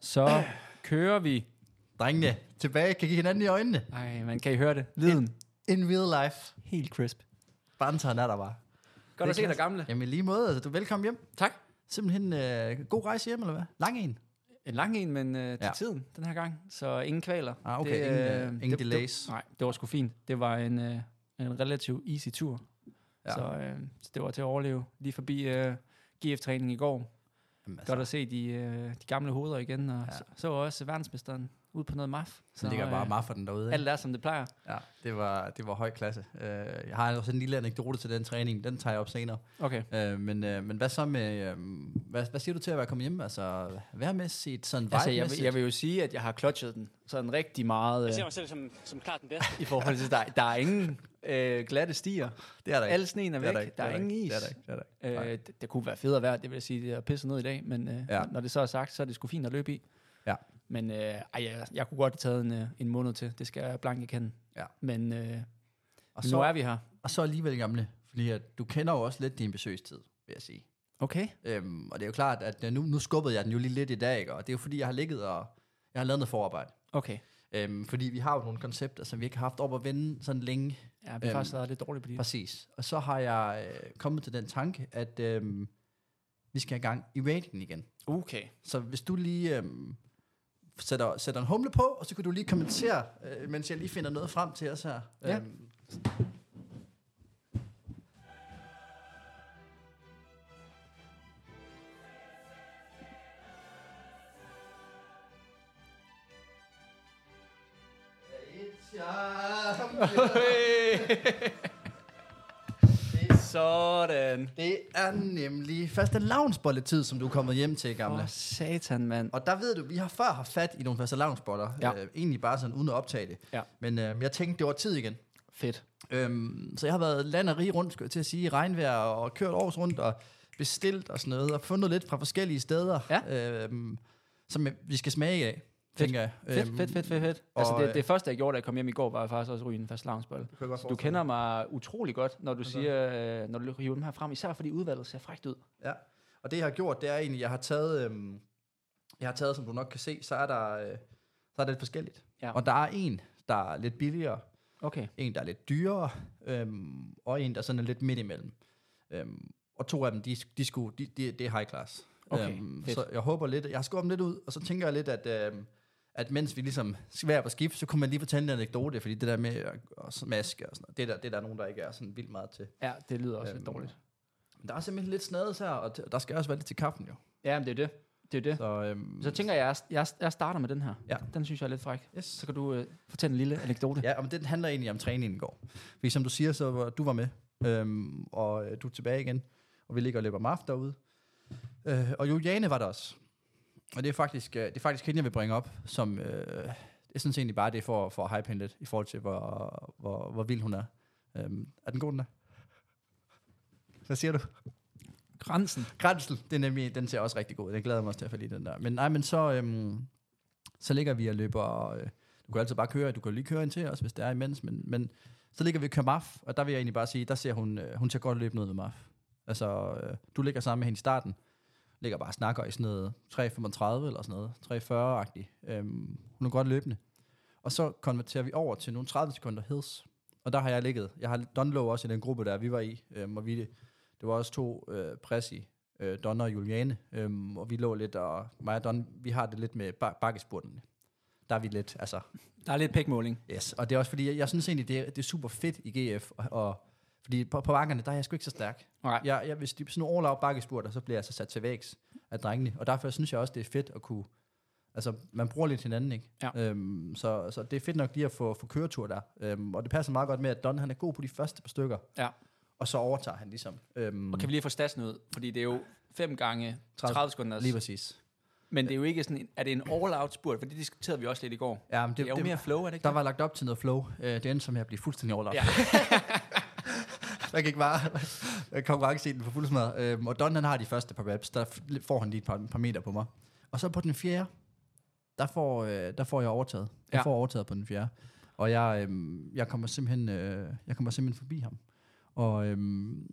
Så kører vi. Drengene, tilbage, kan I hinanden i øjnene. Ej, man kan I høre det? Lyden. In real life. Helt crisp. Banteren er der bare. Godt at se dig, klasse. gamle. Jamen i lige måde, altså, du er velkommen hjem. Tak. Simpelthen øh, god rejse hjem, eller hvad? Lang en. En lang en, men øh, til Ja. ja. tiden den her gang. Så ingen kvaler. Ah, okay. Ingen, øh, ingen det, delays. Det, nej, det var sgu fint. Det var en, øh, en relativt easy tur. Ja. Ja. Så, øh, så det var til at overleve. Lige forbi øh, GF-træning i går. Jamen, altså. Godt at se de, øh, de gamle hoveder igen. Og Ja. ja. så, så også verdensmesteren ude på noget maf. så ligger bare øh, meget for den derude. Ikke? Alt er, som det plejer. Ja, det var, det var høj klasse. Øh, jeg har også en lille anekdote til den træning, den tager jeg op senere. Okay. Øh, men, øh, men hvad så med, øh, hvad, hvad siger du til at være kommet hjem? Altså vejrmæssigt, sådan Altså, jeg, vil- vibe-mæssigt? jeg vil jo sige, at jeg har klodset den sådan rigtig Jeg meget ser øh, mig selv som, som klart den bedste. i forhold til, der, der er ingen øh, glatte stier. det er der ikke. Al sneen er væk. Det der Der ikke. er, Det ingen ikke. is. Det er der ikke. Det er der ikke. Nej. Øh, det, det kunne være fedt at være, det vil jeg sige, det er pisset ned i dag, men øh, Ja. ja. når det så er sagt, så er det sgu fint at løbe i. Ja. Men øh, ej, jeg, jeg kunne godt have taget en, øh, en måned til, det skal jeg blank erkende. Ja. Men øh, Og nu så, er vi her. og så alligevel gamle, fordi at du kender jo også lidt din besøgstid, vil jeg sige. Okay. Øhm, og det er jo klart, at øh, nu, nu skubbede jeg den jo lige lidt i dag, ikke? og det er jo fordi, jeg har ligget og jeg har lavet noget forarbejde. Okay. Øhm, fordi vi har jo nogle koncepter, som vi ikke har haft op at vende sådan længe. Ja, vi har Øhm, faktisk været lidt dårlige på det. Præcis. Og så har jeg øh, kommet til den tanke, at øh, vi skal i gang i ratingen igen. Okay. Så hvis du lige øh, sætter, sætter en humle på, og så kan du lige kommentere, øh, mens jeg lige finder noget frem til os her. Ja. Øhm, Sådan. Det er nemlig fast en lavnsbolletid, som du er kommet hjem til, gamle. Åh, satan, mand. Og der ved du, vi har før haft fat i nogle faste lavnsboller. Ja. Øh, egentlig bare sådan uden at optage det. Ja. Men øh, jeg tænkte, det var tid igen. Fedt. Øhm, så jeg har været land og rig rundt, skulle jeg til at sige, i regnvejr og kørt års rundt og bestilt og sådan noget, og fundet lidt fra forskellige steder, ja. øhm, som jeg- vi skal smage af, tænker jeg. Fedt, fedt, fedt, fedt, fedt. Altså og, øh, det, det første, jeg gjorde, da jeg kom hjem i går, var faktisk også at ryge en fast lavnsbolle. godt Du kender mig utrolig godt, når du siger, øh, når du hiver dem her frem, især fordi udvalget ser frækt ud. Ja. Og det, jeg har gjort, det er egentlig, jeg har taget, øhm, jeg har taget som du nok kan se, så er der, øh, så er der lidt forskelligt. Ja. Og der er en, der er lidt billigere, Okay. en, der er lidt dyrere, øhm, og en, der sådan er lidt midt imellem. Øhm, og to af dem, de, de, skulle, de, de, det er high class. Øhm, Okay, fedt. så jeg håber lidt, jeg har skubbet dem lidt ud, og så tænker jeg lidt, at, øhm, at mens vi ligesom skal være på skift, så kunne man lige fortælle en anekdote, fordi det der med at at smaske og sådan noget, det er der, det er der nogen, der ikke er sådan vildt meget til. Ja, det lyder også Øhm, lidt dårligt. Men der er simpelthen lidt snades her, og t- og der skal også være lidt til kaffen jo. Ja, men det er det. Det er det. Så, Så, øhm, så tænker jeg, jeg, jeg, jeg starter med den her. Ja. Den synes jeg er lidt fræk. yes. Så kan du øh, fortælle en lille anekdote. Ja, men den handler egentlig om træningen i går. Fordi som du siger, så var, du var med, øhm, og øh, du er tilbage igen, og vi ligger og løber maf derude. Øh, og Juliane var der også. Og det er faktisk, øh, det er faktisk hende, jeg vil bringe op, som... Øh, jeg synes egentlig bare, det er for, for at hype hende lidt, i forhold til, hvor, hvor, hvor vild hun er. Øhm, er den god, den er? Hvad siger du? Grænsen. Grænsel, det er nemlig, den ser også rigtig god ud. Den glæder jeg mig også til at få lige den der. Men nej, men så, øhm, så ligger vi og løber, øh, du kan altid bare køre, du kan lige køre ind til os, hvis det er imens, men, men så ligger vi og kører MAF, og der vil jeg egentlig bare sige, der ser hun, øh, hun ser godt løbe noget med MAF. Altså, øh, du ligger sammen med hende i starten, ligger bare og snakker i sådan noget 3.35 eller sådan noget, 3.40-agtigt. Øhm, hun er godt løbende. Og så konverterer vi over til nogle 30 sekunder heds. Og der har jeg ligget. Jeg har Dunlow også i den gruppe, der vi var i, øhm, og vi, det var også to øh, pressi, øh, Donna og Juliane, øhm, og vi lå lidt, og mig og Don, vi har det lidt med bak- bakkespurtene. Der er vi lidt, altså, Der er lidt pækmåling. yes. Og det er også fordi, jeg, jeg synes egentlig, det er, det er super fedt i GF, og, og fordi på, på bakkerne, der er jeg sgu ikke så stærk. Nej. Jeg, jeg, hvis de er sådan nogle all-out bakkespurter, så bliver jeg så sat til vægs af drengene, og derfor synes jeg også, det er fedt at kunne, altså, man bruger lidt hinanden, ikke? Ja. Øhm, så, så det er fedt nok lige at få, få køretur der, øhm, og det passer meget godt med, at Don, han er god på de første par stykker, Ja. og så overtager han ligesom. Øhm, Og kan vi lige få statsen ud? Fordi det er jo 5 gange 30 30, 30 sekunder. Lige præcis. Men det er jo ikke sådan, en- er det en all-out spurt? For det diskuterede vi også lidt i går. Ja, men Det er jo mere flow, er det ikke? Der var lagt op til noget flow. Øh, Det endte som med at blive fuldstændig overlappet. Ja. der gik bare konkurrencen på fuld smadre. Øhm, Og Don, han har de første par reps. Der f- får han lige et par, par meter på mig. Og så på den fjerde, der får, øh, der får jeg overtaget. Jeg Ja. får overtaget på den fjerde. Og jeg, øhm, jeg, kommer simpelthen, øh, jeg kommer simpelthen forbi ham. Og, øhm,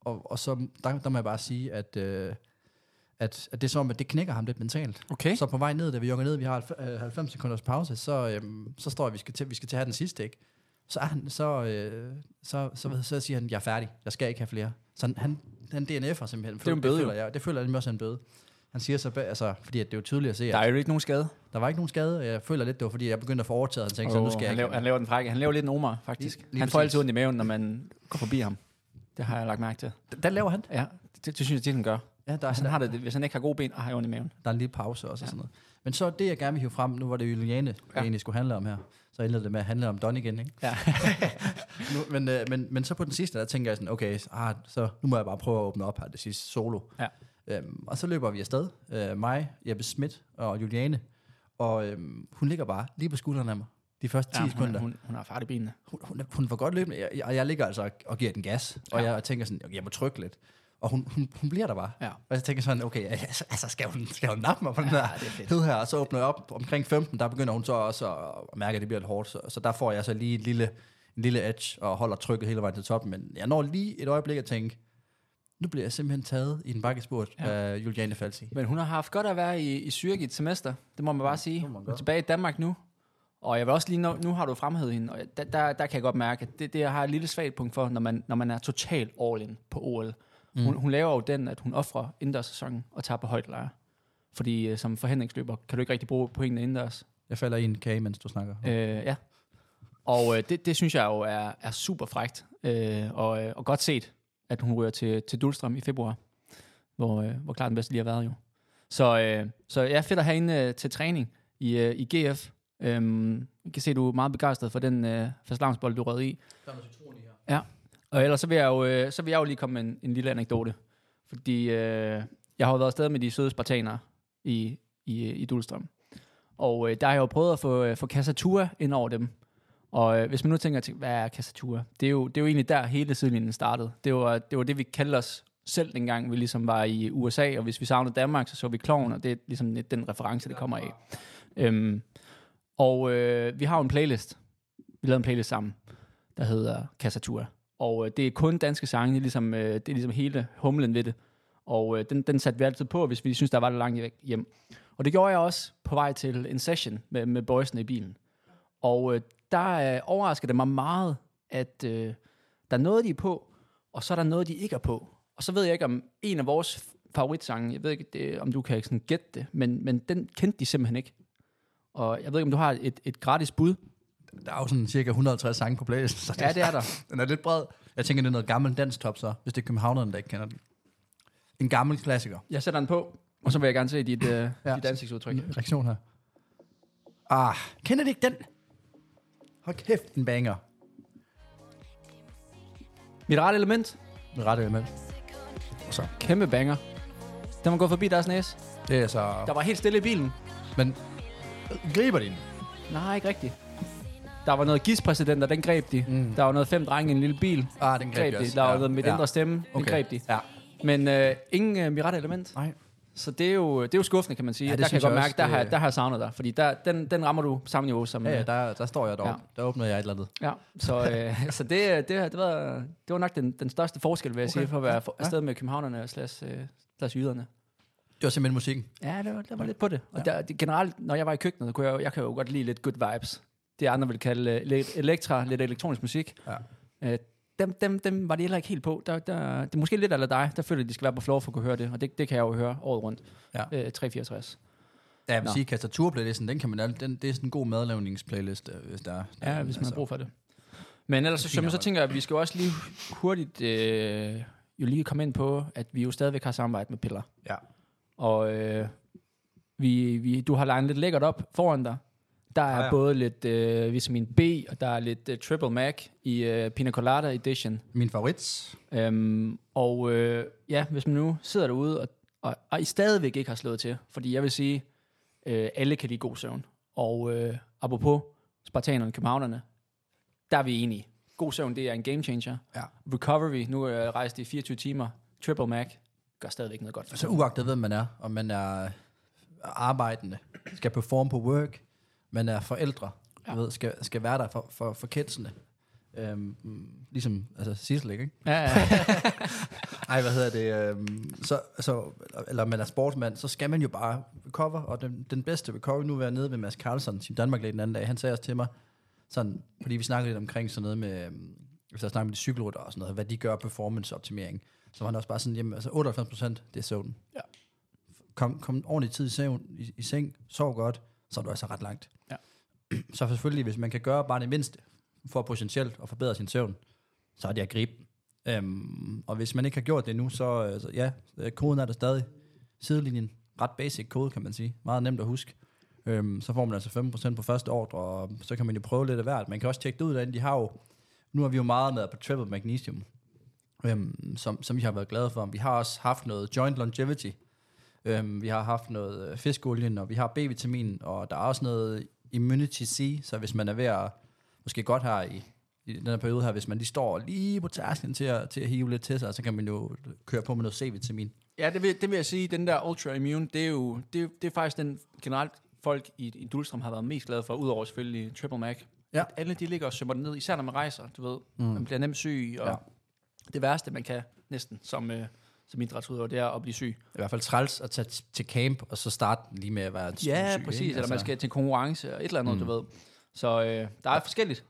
og, og så, der, der må jeg bare sige, at... Øh, at, at det er som om, at det knækker ham lidt mentalt. Okay. Så på vej ned, da vi jogger ned, vi har halv- øh, 90 sekunders pause, så, øhm, så står jeg, vi skal til, vi skal til at have den sidste, ikke? Så, er han, så, øh, så, så, så, så siger han, jeg er færdig, jeg skal ikke have flere. Så han- han, han DNF'er simpelthen. er jo en bøde, Det jo. føler jeg, det føler jeg nemlig også er en bøde. Han siger så, bag- altså, fordi at det er jo tydeligt at se, Der at er jo ikke nogen skade. der var ikke nogen skade, og jeg føler lidt, det var fordi, jeg begyndte at få overtaget, og han tænkte, oh, så nu skal jeg han, ikke. laver, han laver den frække. Han laver lidt en omar, faktisk. Lige- Lige, lige lige han får præcis. altid ondt i maven, når man går forbi ham. Det har jeg lagt mærke til. Den laver han. Ja, det, det synes jeg, det den gør. Ja, der, er Hvis han, sådan, har det, hvis han ikke har gode ben, ah, har jeg ondt i maven. der er en lille pause også Ja. ja. og sådan noget. Men så det, jeg gerne vil hive frem, nu var det jo Juliane, ja. Ja. egentlig skulle handle om her. Så endte det med at handle om Don igen, ikke? Ja. nu, men, øh, men, men så på den sidste, der tænker jeg sådan, okay, så- ah, så nu må jeg bare prøve at åbne op her det sidste solo. Ja. Øhm, og så løber vi afsted, øh, mig, Jeppe Schmidt og Juliane, og øhm, hun ligger bare lige på skuldrene af mig de første 10 Ja, hun, sekunder. er- hun, hun har fart i benene. hun, hun, er- hun var godt løbende, jeg- jeg- og jeg, ligger altså og giver den gas, og jeg tænker sådan, okay, jeg må trykke lidt. Og hun, hun, hun bliver der bare. Ja. Og jeg tænker sådan, okay, altså altså, skal hun, skal hun nappe mig på den der hed her? Og så åbner jeg op omkring 15, der begynder hun så også at, at mærke, at det bliver lidt hårdt. Så, så der får jeg så lige et lille, en lille edge og holder trykket hele vejen til toppen. Men jeg når lige et øjeblik at tænke, nu bliver jeg simpelthen taget i en bakkespurt ja. af Juliane Falsi. Men hun har haft godt at være i, i Zürich et semester, det må man bare sige. må man Hun er gøre. tilbage i Danmark nu, og jeg vil også lige, nu, nu har du fremhævet hende, og der, der, der kan jeg godt mærke, at det, det jeg har et lille svagt punkt for, når man, når man er totalt all in på OL. Mm. Hun, hun laver jo den, at hun offrer indendørssæsonen og tager på højt leje. Fordi øh, som forhindringsløber kan du ikke rigtig bruge pointene indendørs. Jeg falder i en kage, mens du snakker. Øh, ja. Og øh, det, det synes jeg jo er, er super frægt, øh, og, øh, og godt set, at hun ryger til, til Dulstrøm i februar, hvor, øh, hvor klart den bedste lige har været jo. Så, øh, så jeg er fedt at have hende øh, til træning i, øh, i GF. Øhm, jeg kan se, at du er meget begejstret for den øh, fastlavnsbold, du rød i. Der er noget citron i her. Og ellers så vil jeg jo, øh, så vil jeg jo lige komme med en, en lille anekdote. Fordi øh, jeg har jo været afsted med de søde spartanere i, i, i Dulstrøm. Og øh, der har jeg jo prøvet at få, øh, få Kassatura ind over dem. Og øh, hvis man nu tænker, til, hvad er Kassatura? Det er, jo, det er jo egentlig der hele sidelinjen startede. Det var, det var det, vi kaldte os selv dengang, vi ligesom var i USA, og hvis vi savnede Danmark, så så vi kloven, og det er ligesom lidt den reference, det kommer af. Øhm, og øh, vi har jo en playlist. Vi lavede en playlist sammen, der hedder Kassatura. Og øh, det er kun danske sange, det er ligesom, øh, det er ligesom hele humlen ved det. Og øh, den, den satte vi altid på, hvis vi synes der var lidt langt væk hjem. Og det gjorde jeg også på vej til en session med, med boysene i bilen. Og øh, der øh, overraskede det mig meget, at øh, der er noget, de er på, og så er der noget, de ikke er på. Og så ved jeg ikke, om en af vores f- favoritsange, jeg ved ikke, det, om du kan sådan gætte det, men, men den kendte de simpelthen ikke. Og jeg ved ikke, om du har et, et gratis bud? Der er jo sådan cirka 150 sange på playlisten, så Ja, det er der. Den er lidt bred. Jeg tænker, det er noget gammel dansk top så, hvis det er københavneren, der ikke kender den. En gammel klassiker. Jeg sætter den på, og så vil jeg gerne se dit, øh, Ja. ja. dit ansigtsudtryk. Reaktion her. Ah, kender de ikke den? Hold kæft, den banger. Mit rette element, Med rette element. Så. kæmpe banger. Den var gået forbi deres næse. Det er så... Der var helt stille i bilen. Men griber din? Nej, ikke rigtigt. Der var noget gispræsident, og den greb de. Mm. Der var noget fem drenge i en lille bil. Ah, den greb de de. også. Der var Ja, noget mit ja. indre stemme. Okay. Den Okay. greb de. Ja. Men øh, ingen øh, mit rette element. Nej. Så det er jo, det er jo skuffende, kan man sige. Ja, Ja, det der kan synes jeg godt jeg mærke, også, der har, det- der har jeg savnet dig. Fordi der, den, den rammer du på samme niveau som... Ja, ja, øh, der, der står jeg dog. Ja. Ja. Der åbner jeg et eller andet. ja. Så, øh, så det, det, det, var, det var nok den, den største forskel, vil jeg Okay. okay. sige, for at være for, Ja. afsted med københavnerne slash, øh, slash jyderne. Det var simpelthen musikken. Ja, det var, det var lidt på det. Og der, det, generelt, når jeg var i køkkenet, kunne jeg, jo- jeg kan jo godt lide lidt good vibes. Det andre vil kalde uh, lidt elektra, lidt elektronisk musik. Ja. Uh, dem, dem, dem var de heller ikke helt på. Der, der, det er måske lidt eller dig, der føler, at de skal være på floor for at kunne høre det. Og det, det kan jeg jo høre året rundt. Ja. Uh, 364. Ja, jeg vil Nå. sige, tastaturplaylisten, den kan man al- den, det er sådan en god madlavningsplaylist, øh, hvis der er. Ja, hvis man har brug for det. Men ellers så, så, så tænker jeg, at vi skal jo også lige hurtigt øh, jo lige komme ind på, at vi jo stadigvæk har samarbejde med Piller. Ja. Og øh, vi, vi, du har legnet lidt lækkert op foran dig. Der er Ah, ah, ja. ja. både lidt øh, vitamin B, og der er lidt øh, Triple Mac i øh, Pina Colada Edition. Min favorit. Øhm, og øh, ja, hvis man nu sidder derude, og, og, og I stadigvæk ikke har slået til, fordi jeg vil sige, øh, alle kan lide god søvn. Og øh, apropos spartanerne, københavnerne, der er vi enige. God søvn, det er en game changer. Ja. Recovery, nu er jeg rejst i 24 timer. Triple Mac gør stadigvæk noget godt. for Så Altså, uagtet hvem man er, om man er arbejdende, skal performe på work, man er forældre, ja. ved, skal, skal være der for, for, for kidsene. Øhm, mm, ligesom altså Sissel, ikke? Ja, ja. Ej, hvad hedder det? Øhm, så, så, eller man er sportsmand, så skal man jo bare recover, og den, den bedste recovery nu var nede ved Mads Carlsen, Team Danmark den anden dag, han sagde også til mig, sådan, fordi vi snakkede lidt omkring sådan noget med, øhm, hvis jeg snakker med de cykelrytter og sådan noget, hvad de gør performance-optimering, så var han også bare sådan, jamen altså 98 procent, det er søvn. Ja. Kom, kom ordentlig tid i, søvn, i, i seng, sov godt, så er du altså ret langt. Ja. Så selvfølgelig, hvis man kan gøre bare det mindste, for potentielt at forbedre sin søvn, så er det at gribe den. Øhm, og hvis man ikke har gjort det endnu, så, øh, så ja, øh, koden er der stadig. Sidelinjen, ret basic kode, kan man sige. Meget nemt at huske. Øhm, så får man altså 5% på første ordre, og så kan man jo prøve lidt af hvert. Man kan også tjekke det ud derinde. De har jo, nu har vi jo meget med på triple magnesium, øhm, som, som vi har været glade for. Vi har også haft noget joint longevity. Øhm, vi har haft noget øh, fiskolien, og vi har B-vitamin, og der er også noget immunity C, så hvis man er ved at, måske godt her i, i den her periode her, hvis man lige står lige på tærsklen til at, til at hive lidt til sig, så kan man jo køre på med noget C-vitamin. Ja, det vil, det vil jeg sige, den der Ultra Immune, det er jo det, er- det er faktisk den generelt folk i, i Dulstrom har været mest glade for, udover selvfølgelig Triple Mac. Ja. At Alle de ligger og sømmer den ned, især når man rejser, du ved. Mm. Man bliver nemt syg, og Ja. ja. det værste, man kan næsten som, øh, som idrætsudøver, det er at blive syg. I hvert fald træls at tage t- til camp, og så starte lige med at være en Ja, syg, præcis. ikke? Altså, Eller Altså, man skal til konkurrence og et eller andet, mm. du ved. Så øh, der er forskelligt.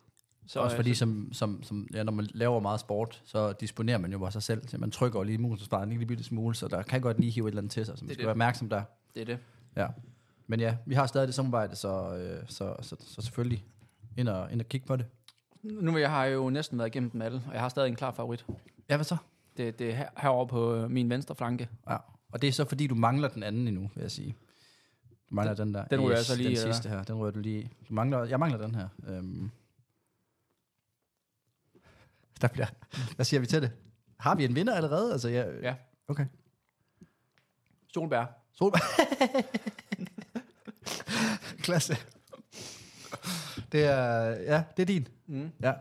Så, Også øh, fordi, som, som, som, ja, når man laver meget sport, så disponerer man jo bare sig selv. Så man trykker jo lige immunforsvaret en lille bitte smule, så der kan godt lige hive et eller andet til sig, så man Det er skal det. være opmærksom der. det er det. Ja. Men ja, vi har stadig det samarbejde, så, øh, så, så, så selvfølgelig ind og, ind og kigge på det. Nu vil jeg har jeg jo næsten været igennem dem alle, og jeg har stadig en klar favorit. Ja, hvad så? Det, det er her, herovre på øh, min venstre flanke. Ja. Og det er så, fordi du mangler den anden endnu, vil jeg sige. Du mangler den, der. den ryger jeg så lige, Den eller sidste her, den rører du lige i. du mangler, Jeg mangler den her. Øhm. Der bliver, hvad siger vi til det? Har vi en vinder allerede? Altså, ja, Ja. Okay. Solbær. Sol. Klasse. Det er, ja, det er din. Mm. Ja.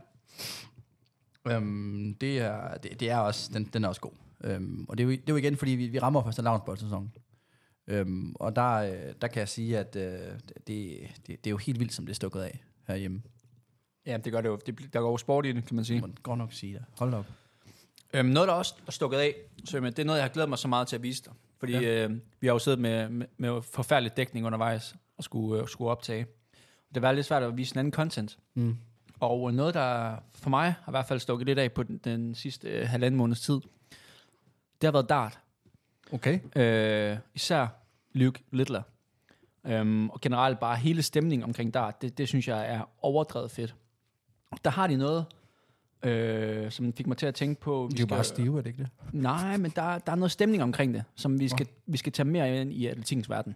Øhm, det, er, det, det er også, den, den er også god. Øhm, og det er, jo, det er jo igen, fordi vi, vi rammer første lavnsboldsæson. Øhm, og der, øh, der kan jeg sige, at øh, det, det, det er jo helt vildt, som det er stukket af herhjemme. Ja, det gør det jo. Det, bl- der går jo sport i det, kan man sige. Må man godt nok sige det. Hold da op. Øhm, noget, der også er stukket af, så, jamen, det er noget, jeg har glædet mig så meget til at vise dig. Fordi ja. øh, vi har jo siddet med, med, med forfærdelig dækning undervejs og skulle, øh, skulle optage. Det var lidt svært at vise en anden content. Mm. Og øh, noget, der for mig har i hvert fald stukket lidt af på den, den sidste øh, halvanden måneds tid, det har været dart. Okay. Øh, især Luke Littler. Øhm, og generelt bare hele stemningen omkring dart, det, det synes jeg er overdrevet fedt. Der har de noget, øh, som fik mig til at tænke på... vi Det er jo skal- bare stive, er det ikke det? Nej, men der, der er noget stemning omkring det, som vi skal, vi skal tage mere ind i atletikkens verden.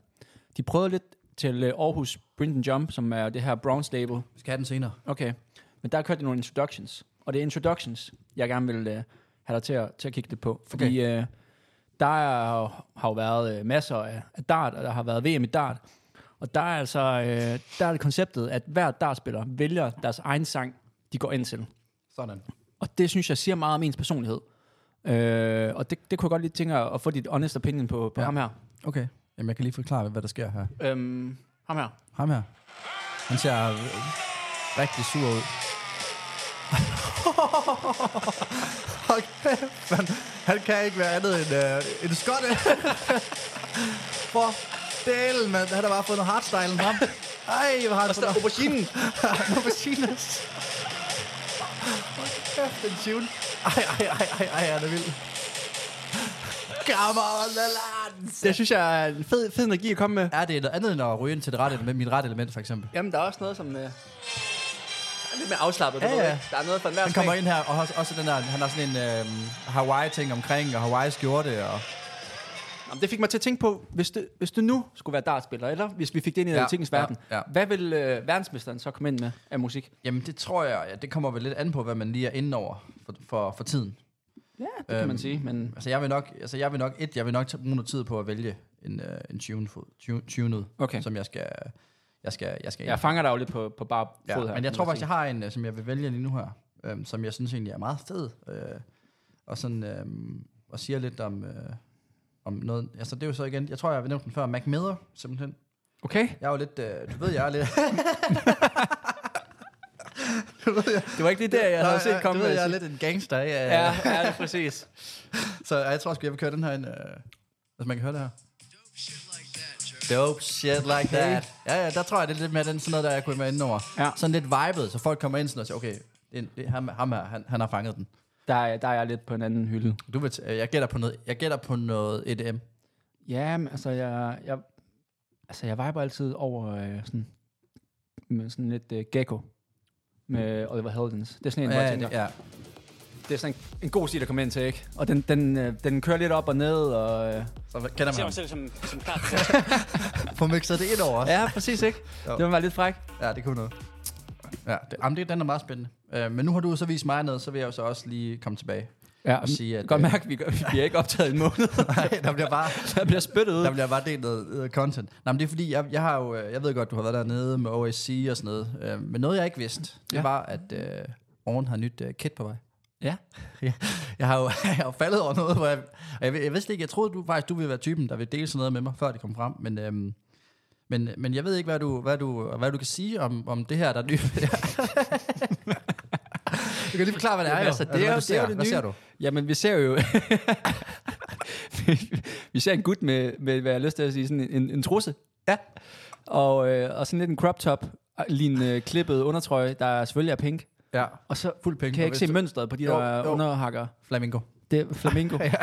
De prøvede lidt til øh, Aarhus Brinton Jump, som er det her bronze label. Vi skal have den senere. Okay. Men der kørte de nogle introductions. Og det er introductions, jeg gerne vil øh, have dig til at, til at kigge lidt på. Fordi øh, der er, jo- har jo været øh, masser af, af dart, og der har været VM i dart. Og der er altså øh, der er det konceptet, at hver dartspiller vælger deres egen sang, de går ind til. Sådan. Og det synes jeg siger meget om ens personlighed. Øh, og det, det kunne jeg godt lige tænke at at få dit honest opinion på, på Ja. ja. ham her. Okay. Jamen, jeg kan lige forklare, hvad der sker her. Øhm, ham her. Ham her. Han ser øh, rigtig sur ud. Hold kæft, man. Han kan ikke være andet end øh, en skotte. For delen, mand. Han har bare fået noget hardstyle frem. Ej, hvor har han fået noget auberginen. aubergines. Hold kæft, den tune. Ej, ej, ej, ej, ej, han er vild. Kammerland. Det synes jeg er en fed, fed energi at komme med. Er det noget andet end at ryge ind til det rette element, mit rette element, for eksempel? Jamen, der er også noget, som øh, er lidt mere afslappet. du Ja, ved ja. ikke? Der er noget for enhver Han smag. kommer ind her, og har også den der, han har sådan en øh, Hawaii-ting omkring, og Hawaii-skjorte, og... Jamen, det fik mig til at tænke på, hvis det, hvis det nu skulle være dartspiller, eller hvis vi fik det ind i Ja, ja, tingens ja, verden, ja. hvad vil øh, verdensmesteren så komme ind med af musik? Jamen, det tror jeg, ja, det kommer vel lidt an på, hvad man lige er inde over for, for, for tiden. Ja, det øhm, kan man sige, men Altså, jeg vil nok, altså, jeg vil nok, et, jeg vil nok tage- bruge noget tid på at vælge en, øh, en tune, fod- tune, tune ud, Okay. som jeg skal, jeg skal, jeg skal ind jeg fanger dig jo lidt på, på bare fod her. ja, Men kan jeg tror man faktisk, sige. jeg har en, øh, som jeg vil vælge lige nu her, øhm, som jeg synes egentlig er meget fed, øh, og sådan, øhm, og siger lidt om, øh, om noget. Altså, det er jo så igen, jeg tror, jeg har nævnt den før, Mac Miller, simpelthen. Okay. Jeg er jo lidt, øh, du ved, jeg er lidt... Det var ikke lige der, jeg havde set komme. Du ved, jeg er vil lidt en gangster, ikke? sige. Ja, ja, det er præcis. Så jeg tror sgu, jeg vil køre den her ind. Øh, altså, man kan høre det her. Dope shit like that. Ja, ja, der tror jeg, det er lidt mere den sådan noget, der jeg kunne være inde over. Ja. Sådan lidt vibet, så folk kommer ind sådan og siger, okay, det, er en- det, er ham, ham her, han, han har fanget den. Der, er- der er jeg lidt på en anden hylde. Du vil t- øh, jeg gætter på noget, jeg gætter på noget EDM. Ja, men altså, jeg, jeg, altså, jeg viber altid over øh, sådan, med sådan lidt øh, gecko med Oliver Heldens. Det er sådan en, Mm. ja, Ja, jeg, ja. ja. det er sådan en, en god stil at komme ind til, ikke? Og den, den, øh, den kører lidt op og ned, og... Øh, Så hvad- kender man ser ham. mig selv som, som klar til Få mixet det ind over også. ja, præcis, ikke? Jo. det var være lidt fræk. Ja, det kunne noget. Ja, det, jamen, det, den er meget spændende. Øh, men nu har du så vist mig noget, så vil jeg jo så også lige komme tilbage. Ja, Og sige, at, at, godt øh, mærke, vi, gør, vi bliver ikke optaget i en måned. Nej, der bliver bare, der bliver spyttet ud. der bliver bare delt noget øh, content. Nej, men det er fordi, jeg, jeg har jo, øh, jeg ved godt, du har været dernede med OSC og sådan noget, øh, men noget, jeg ikke vidste, det Ja. ja. var, at øh, Oren har nyt øh, kit på vej. Ja. Ja. jeg har jo jeg har jo faldet over noget, hvor jeg, og jeg, ved- jeg vidste ikke, jeg troede du, faktisk, du ville være typen, der ville dele sådan noget med mig, før det kom frem, men... øhm, men, men jeg ved ikke, hvad du, hvad du, hvad du kan sige om, om det her, der er nyt. du kan lige forklare, hvad det er. Jamen, jo. altså, det er hvad jo- du det er ser. jo det Hvad nye. ser du? Jamen, vi ser jo... Vi- vi ser en gut med, med, hvad jeg har lyst til at sige, sådan en, en trusse. Ja. Og, øh, og sådan lidt en crop top, lignende øh, klippet undertrøje, der selvfølgelig er pink. Ja, Og så fuld penge. kan jeg ikke se mønstret på de Jo, der jo. underhakker. Flamingo. Det er flamingo. ja.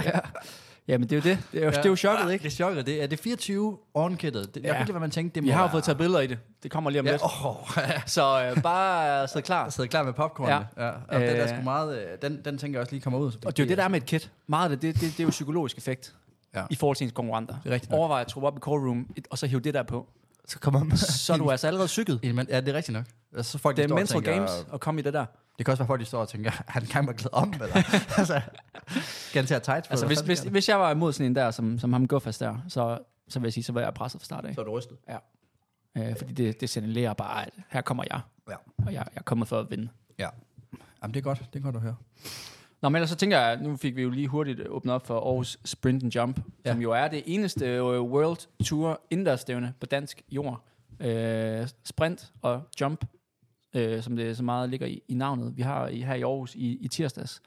Jamen, det er jo det. Det er jo, ja. det er jo chokket, ikke? Ah, Det er chokket. Det er det er 24 ovenkittet. Det, ja. Jeg Ja. ved ikke, hvad man tænkte. Det Vi må har jo være- fået taget billeder i det. Det kommer lige om lidt. Ja, oh, Så øh, bare øh, sidde jeg klar. sidder klar med popcorn. Ja. Ja. ja. Og den er Øh. sgu meget... øh, Den, den tænker jeg også lige kommer ud. så Og det er jo det, der er med et kit. Meget af det, det, det, det er jo psykologisk effekt Ja. i forhold til ens konkurrenter. Det er rigtigt nok. Overvej at troppe op i callroom, et- og så hive det der på. Så kommer man... Så er du altså allerede psyket. Ja, det er rigtigt nok. Altså, Så folk, de Det er står og mental tænker, games at komme i det der. Det kan også være folk, de står og tænker, han kan bare klæde om, eller... altså, skal han tage tights på? Altså, eller hvis, hvad fanden hvis, sker hvis jeg var imod sådan en der, som, som ham Guffas der, så, så vil jeg sige, så var jeg presset fra start af. der? Så er du rystet. Øh, fordi det, det signalerer bare, at her kommer jeg, Ja. og jeg, jeg er kommet for at vinde. Ja. Jamen, det er godt. Det er godt at høre. Nå, men ellers så tænker jeg, at nu fik vi jo lige hurtigt åbnet op for Aarhus Sprint and Jump, ja. Ja. som jo er det eneste øh, World Tour indendørsstævne på dansk jord. Øh, sprint og jump, øh, som det så meget ligger i, i navnet. Vi har i, her i Aarhus i, i tirsdags.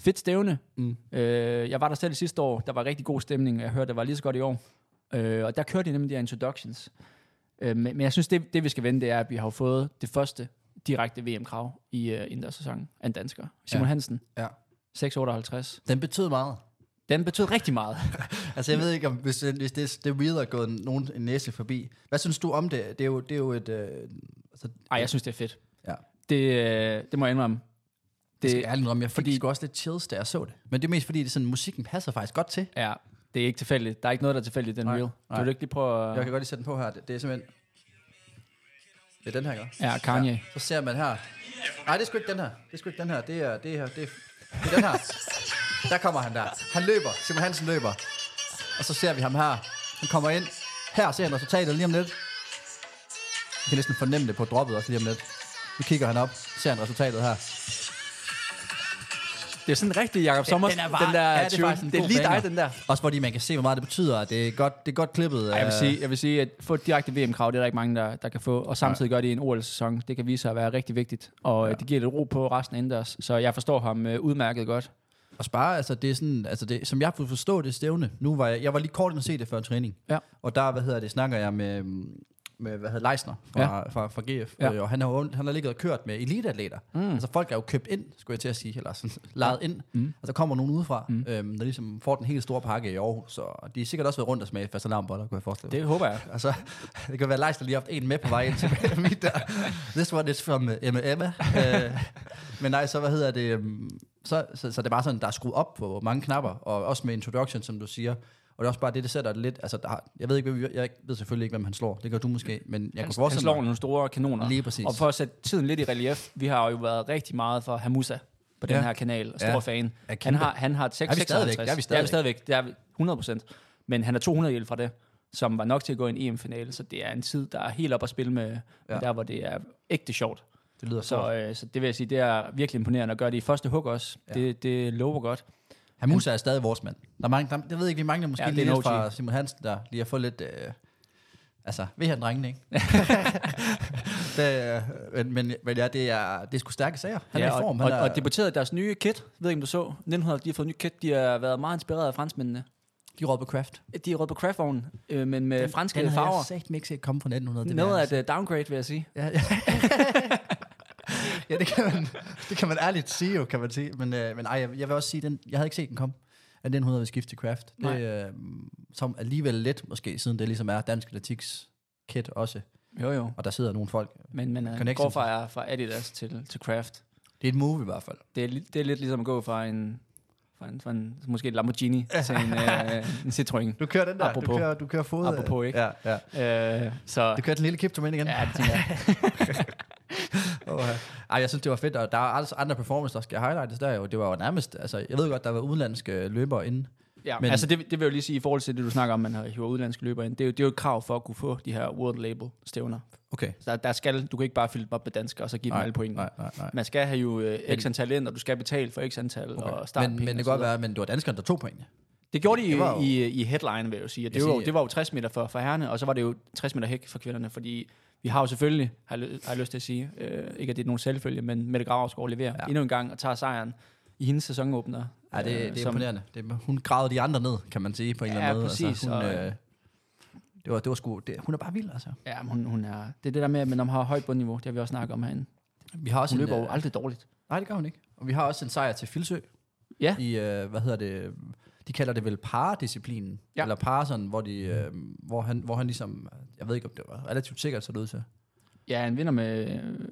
Fedt stævne. Mm. Øh, jeg var der selv sidste år. Der var rigtig god stemning. Jeg hørte, det var lige så godt i år. Øh, og der kørte de nemlig de her introductions. Øh, men, men jeg synes, det, det vi skal vende, det er, at vi har jo fået det første direkte VM-krav i øh, indendørssæsonen af en dansker. Simon ja. Ja. Hansen. Ja. 6,58. Den betød meget. Den betød rigtig meget. Altså, jeg ved ikke, om, hvis, hvis det, det wheel er gået nogen en næse forbi. Hvad synes du om det? Det er jo, det er jo et... Øh, altså, Ej, jeg synes, det er fedt. Ja. Det, øh, det må jeg indrømme. Det skal Det, jeg ærligt om, jeg fik fordi... sgu også lidt chills, da jeg så det. Men det er mest fordi, det er sådan, musikken passer faktisk godt til. ja, det er ikke tilfældigt. Der er ikke noget, der er tilfældigt i den Nej, reel. nej. Kan du ikke lige prøve Jeg at... kan godt lige sætte den på her. Det, det er simpelthen... Det er den her, ikke? Ja, Kanye. Ja. Så ser man her. Nej, det er sgu ikke den her. Det er sgu ikke den her. Det er, det er, her. det er, det er den her. Der kommer han der. Han løber. Simon Hansen løber. Og så ser vi ham her. Han kommer ind. Her ser han resultatet lige om lidt. Jeg kan næsten fornemme det på droppet også lige om lidt. Nu kigger han op. Ser han resultatet her. Det er sådan en rigtig Jacob Sommers, den, bare- der ja, det er, tune. faktisk en det er god lige banger. dig, den der. Også fordi man kan se, hvor meget det betyder. og Det er godt, det er godt klippet. Ej, jeg, vil øh, sige, jeg vil sige, at få et direkte VM-krav, det er der ikke mange, der, der kan få. Og samtidig gør det i en OL-sæson. Det kan vise sig at være rigtig vigtigt. Og ja. det giver lidt ro på resten af indendørs. Så jeg forstår ham øh, udmærket godt. Og spare, altså det er sådan, altså det, som jeg kunne forstå det stævne, nu var jeg, jeg var lige kort ind og se det før en træning. Ja. Og der, hvad hedder det, snakker jeg med, med hvad hedder Leisner fra, Ja. ja. fra, fra, fra GF, Ja. ja. og han har, jo- han har ligget og kørt med eliteatleter. Mm. Altså folk er jo købt ind, skulle jeg til at sige, eller sådan, lejet ind. Mm. Altså kommer nogen udefra, mm. øhm, der ligesom får den helt store pakke i Aarhus, og de har sikkert også været rundt og smage fast alarmboller, kunne jeg forestille mig. Det håber jeg. Altså, det kan være Leis, der lige har haft en med på vej ind til mit der. This one is from uh, Emma Emma. Uh, men nej, så hvad hedder det? um, Så, så, så det er bare sådan, der er skruet op på mange knapper, og også med introduction, som du siger. Og det er også bare det, det sætter lidt... Altså, der, har- jeg, ved ikke, hvem- jeg ved selvfølgelig ikke, hvem han slår. Det gør du måske, men jeg Han, kan han forestille slår mig... nogle store kanoner. Lige præcis. Og for at sætte tiden lidt i relief, vi har jo været rigtig meget for Hamusa på den Ja. her kanal. Stor Ja. fan. Ja, Han kæmpe. har, han har 6, Er vi stadigvæk? Er vi Det er vi stadigvæk? stadigvæk. Det er vi 100 procent. Men han er 200 hjælp fra det, som var nok til at gå i en EM-finale. Så det er en tid, der er helt op at spille med, ja. Ja. der hvor det er ægte sjovt. Det lyder så. Så, øh, så det vil jeg sige, det er virkelig imponerende at gøre det i første hug også. Ja. Det, det lover godt. Han Musa er stadig vores mand. Der mangler, der, jeg ved ikke, vi mangler måske Ja, ja, det er en lige lidt OG. fra Simon Hansen, der lige har fået lidt... Øh, Altså, vi har drengene, ikke? det, øh, men, men, men ja, det er, det er sgu stærke sager. Han ja, er i form. og, Han og, er, og debatterede deres nye kit. Jeg ved ikke, om du så. 1900, de har fået en ny kit. De har været meget inspireret af franskmændene. de råber Kraft. De er røde på craftvognen, øh, men med den, franske den Den farver. havde jeg sagt ikke set komme fra 1900. Det der, Noget af altså. et øh, downgrade, vil jeg sige. Ja, ja. ja det, kan man, det kan man ærligt sige jo, kan man sige. Men, øh, men ej, jeg, jeg vil også sige, den, jeg havde ikke set den komme. At 1900 vil skifte til Kraft. Det, Nej. øh, som alligevel lidt måske, siden det ligesom er dansk atletiks kit også. Jo, jo. Og der sidder nogle folk. Men man øh, Connection. går fra, fra Adidas til, til Kraft. Det er et move i hvert fald. Det er, li- det er lidt ligesom at gå fra en, fra en, fra en måske en Lamborghini til en, øh, en Citroën. Du kører den der. Du Apropos. kører, du kører fod. Apropos, ikke? Ja, ja. Øh, så Du kører den lille kiptum ind igen. ja, det tænker jeg. Åh, ja. Ej, jeg synes, det var fedt, og der er altså andre performances, der skal highlightes der jo. Det var jo nærmest, altså, jeg ved godt, der var udenlandske løbere inde. Ja, Men- men, altså det, det vil jeg jo lige sige i forhold til det, du snakker om, man har hiver udenlandske løbere ind. Det er, jo, det er jo et krav for at kunne få de her World Label stævner. Okay. Så der, der skal, du kan ikke bare fylde dem op med danskere og så give dem Nej, alle pointene. Nej, nej, nej. Man skal have jo øh, Men- x antal ind, og du skal betale for x antal okay. og Okay. starte Men, men det kan godt være, men det var danskerne, der tog pointene. Det gjorde de Det det var jo- i, i headline, vil jeg jo sige. Og det, Jeg var, jo- siger- det var jo 60 meter for, for herrene, og så var det jo 60 meter hæk for kvinderne, fordi vi har jo selvfølgelig, har, jeg ly- har jeg lyst til at sige, øh, ikke at det er nogen selvfølge, men Mette Graversgaard leverer Ja. ja. endnu en gang og tager sejren i hendes sæsonåbner. Ja, det, øh, det er som- imponerende. Det, hun gravede de andre ned, kan man sige, på en Ja, eller anden måde. præcis, hun, og- øh, det var, det var sgu, det, hun er bare vild, altså. Ja, men hun, hun er, det er det der med, at man har højt bundniveau, det har vi også snakket om herinde. Vi har også Hun en, løber jo øh, aldrig dårligt. Nej, det gør hun ikke. Og vi har også en sejr til Filsø. Ja. I, øh, hvad hedder det, de kalder det vel paradisciplinen. Ja. Eller par, sådan, hvor, de, øh, hvor, han, hvor han ligesom, jeg ved ikke, om det var relativt sikkert, så det ud til. Ja, han vinder med øh,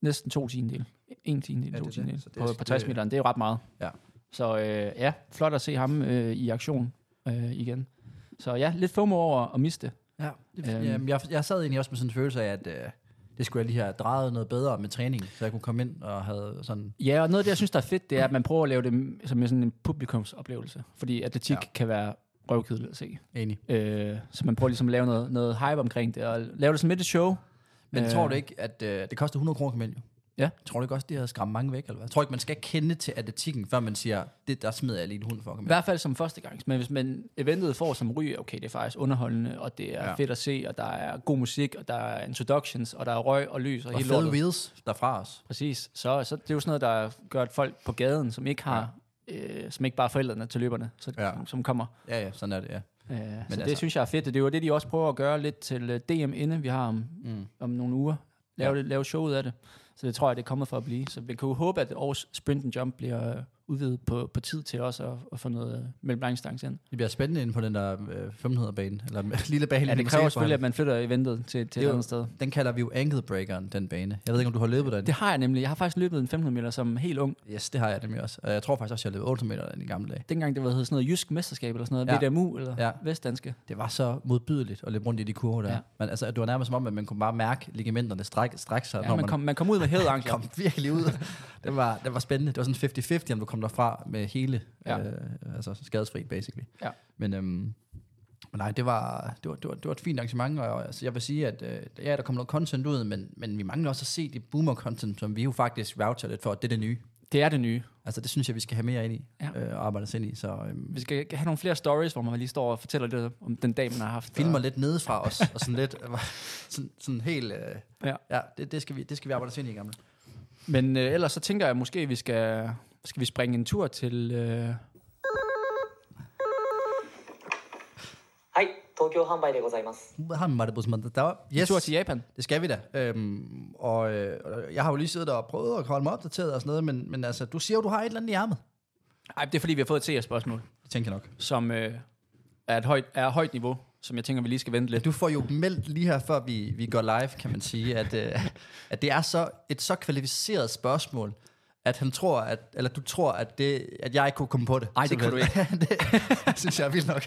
næsten to tiendel. En tiendel, Ja, ja, det to er det. tiendel. Så det er På, sgu- på 60 meteren, det er jo ret meget. Ja. Så øh, ja, flot at se ham øh, i aktion øh, igen. Så ja, lidt FOMO over at miste det. Ja, det, Øhm. jamen, jeg, jeg sad egentlig også med sådan en følelse af, at øh, det skulle jeg lige have drejet noget bedre med træning, så jeg kunne komme ind og havde sådan... Ja, og noget af det, jeg synes, der er fedt, det er, at man prøver at lave det m- som sådan en publikumsoplevelse. Fordi atletik Ja. ja. kan være røvkedeligt at se. Enig. Øh, så man prøver ligesom at lave noget, noget hype omkring det, og lave det som lidt et show. Men øh. Øh. tror du ikke, at øh, det koster 100 kroner at komme ind, jo? Ja. Tror du ikke også, det havde skræmt mange væk, eller hvad? Tror du ikke, man skal kende til atletikken, før man siger, det der smider jeg lige en hund for at I komme ind? hvert fald som første gang. Men hvis man eventet får som ryg, okay, det er faktisk underholdende, og det er Ja. ja. fedt at se, og der er god musik, og der er introductions, og der er røg og lys og, Og hele fede lortet. wheels derfra os. Præcis. Så, så det er jo sådan noget, der gør, at folk på gaden, som ikke har, øh, som ikke bare er forældrene til løberne, så, Ja. ja. som, som kommer. Ja, ja, sådan er det, ja. Øh, så altså. altså- det synes jeg er fedt. og Det er jo det, de også prøver at gøre lidt til øh, DM inde, vi har om, Mm. mm. om nogle uger. Ja. Lave, ja. lave showet af det. Så det tror jeg, det er kommet for at blive. Så vi kan jo håbe, at års sprint and jump bliver øh, udvidet på, på tid til også at, at få noget mellemlangstance ind. Det bliver spændende inde på den der øh, 500 bane, eller lille bane. Ja, man det kan kræver se på selvfølgelig, at man flytter eventet til, til et Det er jo- andet sted. ham. Den kalder vi jo ankle breakeren, den bane. Jeg ved ikke, om du har løbet den. Det har jeg nemlig. Jeg har faktisk løbet en 500 meter som helt ung. Yes, det har jeg nemlig også. Og jeg tror faktisk også, jeg løb 8 meter den i gamle dage. Dengang det var hed sådan noget jysk mesterskab eller sådan Ja. noget, ja. VDMU eller Ja. ja. vestdanske. Det var så modbydeligt at løbe rundt i de kurver der. Ja. Ja. Men altså, det var nærmest som om, at man kunne bare mærke ligamenterne strække, strække sig, ja, når Ja, man, kom, man kom ud med hævet ankler. kom virkelig ud. det, var, det var spændende. Det var sådan 50-50, om du kom derfra med hele, ja. Ja. øh, altså skadesfri, basically. Ja. Men, øhm, men nej, det var, det, var, det, var, det var et fint arrangement, og jeg- altså, jeg vil sige, at øh, ja, der kom noget content ud, men, men vi mangler også at se det boomer-content, som vi jo faktisk voucher lidt for, at det er det nye. Det er det nye. Altså, det synes jeg, vi skal have mere ind i, ja. Ja. øh, og arbejde os ind i, så øhm, Vi skal have nogle flere stories, hvor man lige står og fortæller lidt om den dag, man har haft. filmer og, lidt nedefra os, og sådan lidt, øh, sådan, sådan helt, øh, ja, Ja. ja det, det, skal vi, det skal vi arbejde os ind i, gamle. Men øh, ellers så tænker jeg måske, vi skal, skal vi springe en tur til... Øh, はい、東京販売でございます。 Han var det på sådan der var, en tur til Japan. Det skal vi da. Øhm, og, øh, og jeg har jo lige siddet og prøvet at holde mig opdateret og sådan noget, men, men altså, du siger jo, du har et eller andet i ærmet. Ej, det er fordi, vi har fået et spørgsmål Det tænker jeg nok. som øh, er, et højt, er højt niveau, som jeg tænker, vi lige skal vente lidt. Du får jo meldt lige her, før vi, vi går live, kan man sige, at, øh, at det er så et så kvalificeret spørgsmål, at han tror, at, eller du tror, at, det, at jeg ikke kunne komme på det. Ej, det kunne du ikke. det synes jeg er vildt nok.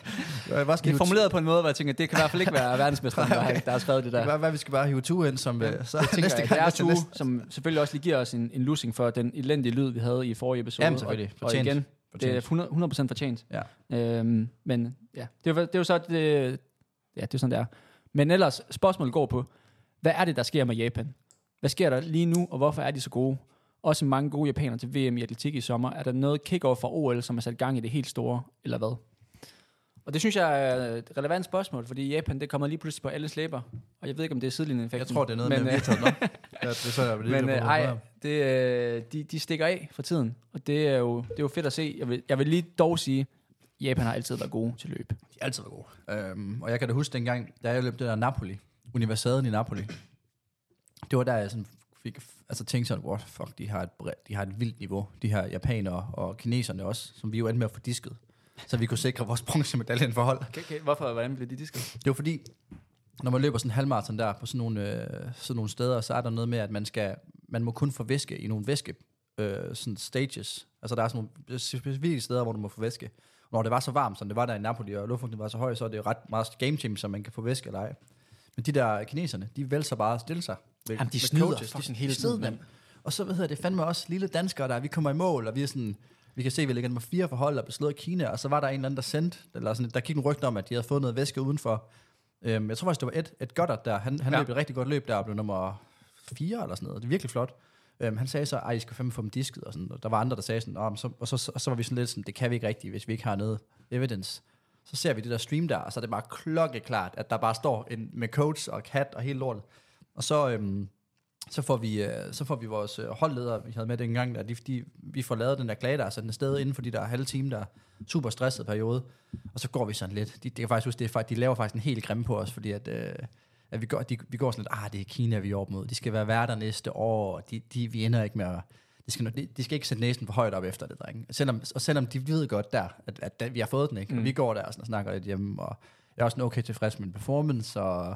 Jeg var Det er formuleret på en måde, hvor jeg tænker, det kan i hvert fald ikke være verdensmesteren, der, har- der har skrevet det der. Hvad, hvad vi skal bare hive to ind, som øh, så tænker næste jeg, gang. det er næste- Tue, næste- som selvfølgelig også lige giver os en, en losing for den elendige lyd, vi havde i forrige episode. Jamen, selvfølgelig. Og, og Fortjent. igen, det er Fortjent. 100%, 100 fortjent. Ja. Øhm, men ja, det er, jo- det er jo så, det, ja, det er sådan, det er. Men ellers, spørgsmålet går på, hvad er det, der sker med Japan? Hvad sker der lige nu, og hvorfor er de så gode? Også mange gode japanere til VM i atletik i sommer. Er der noget kick-off fra OL, som har sat gang i det helt store, eller hvad? Og det synes jeg er et relevant spørgsmål, fordi Japan, det kommer lige pludselig på alle læber. Og jeg ved ikke, om det er sidelinjeinfekten. Jeg tror, det er noget men, med, at vi har øh, taget den op. Ja, det så jeg, Men øh, ej, det, øh, de, de stikker af for tiden, og det er jo, det er jo fedt at se. Jeg vil, jeg vil lige dog sige, Japan har altid været gode til løb. De har altid været gode. Øhm, og jeg kan da huske dengang, da jeg løb det der Napoli, universaden i Napoli. Det var der, jeg sådan fik, altså tænkte sådan, wow, fuck, de har, et, bredt- de har et vildt niveau. De her japanere og kineserne også, som vi jo endte med at få disket. Så vi kunne sikre vores bronzemedalje for hold. Okay, okay. Hvorfor hvordan blev de disket? Det var fordi, når man løber sådan en halvmarathon der på sådan nogle, øh, sådan nogle steder, så er der noget med, at man, skal, man må kun få væske i nogle væske øh, sådan stages. Altså der er sådan nogle specifikke steder, hvor du må få væske. Når det var så varmt, som det var der i Napoli, og luftfugten var så høj, så er det jo ret meget game change, så man kan få væske eller ej. Men de der kineserne, de vælger sig bare at stille sig. Ved, Jamen, de med snyder De, fucking hele de snyder, tiden, mand. Og så hvad hedder det fandme også lille danskere der, vi kommer i mål, og vi er sådan, vi kan se, at vi ligger nummer fire for hold, og beslår Kina, og så var der en eller anden, der sendte, eller sådan, der gik en rygte om, at de havde fået noget væske udenfor. Øhm, jeg tror faktisk, det var Ed, Ed Goddard der, han, han Ja. ja. løb et rigtig godt løb der, og blev nummer fire eller sådan noget, det er virkelig flot. Øhm, han sagde så, ej, I skal fandme få dem disket, og, sådan, og der var andre, der sagde sådan, "Nå, men så, og så, så, så, var vi sådan lidt sådan, det kan vi ikke rigtigt, hvis vi ikke har noget evidence. Så ser vi det der stream der, og så er det bare klokkeklart, at der bare står en, med coach og kat og hele lortet. Og så, øhm, så får vi, øh, så får vi vores øh, holdleder, vi havde med dengang, der, de, de, vi får lavet den der klage, der er sat afsted inden for de der halve time, der er super stresset periode. Og så går vi sådan lidt. De, det kan faktisk huske, det er, fakt- de laver faktisk en helt grimme på os, fordi at, øh, at vi, går, de, vi går sådan lidt, ah, det er Kina, vi er op mod. De skal være værter næste år, og de, de, vi ender ikke med at... De skal, nok- de, de skal ikke sætte næsen for højt op efter det, drenge. Selvom, og selvom de ved godt der, at, at, at vi har fået den, ikke? Mm. Og vi går der og sådan, snakker lidt hjemme, og jeg er også sådan okay tilfreds med min performance, og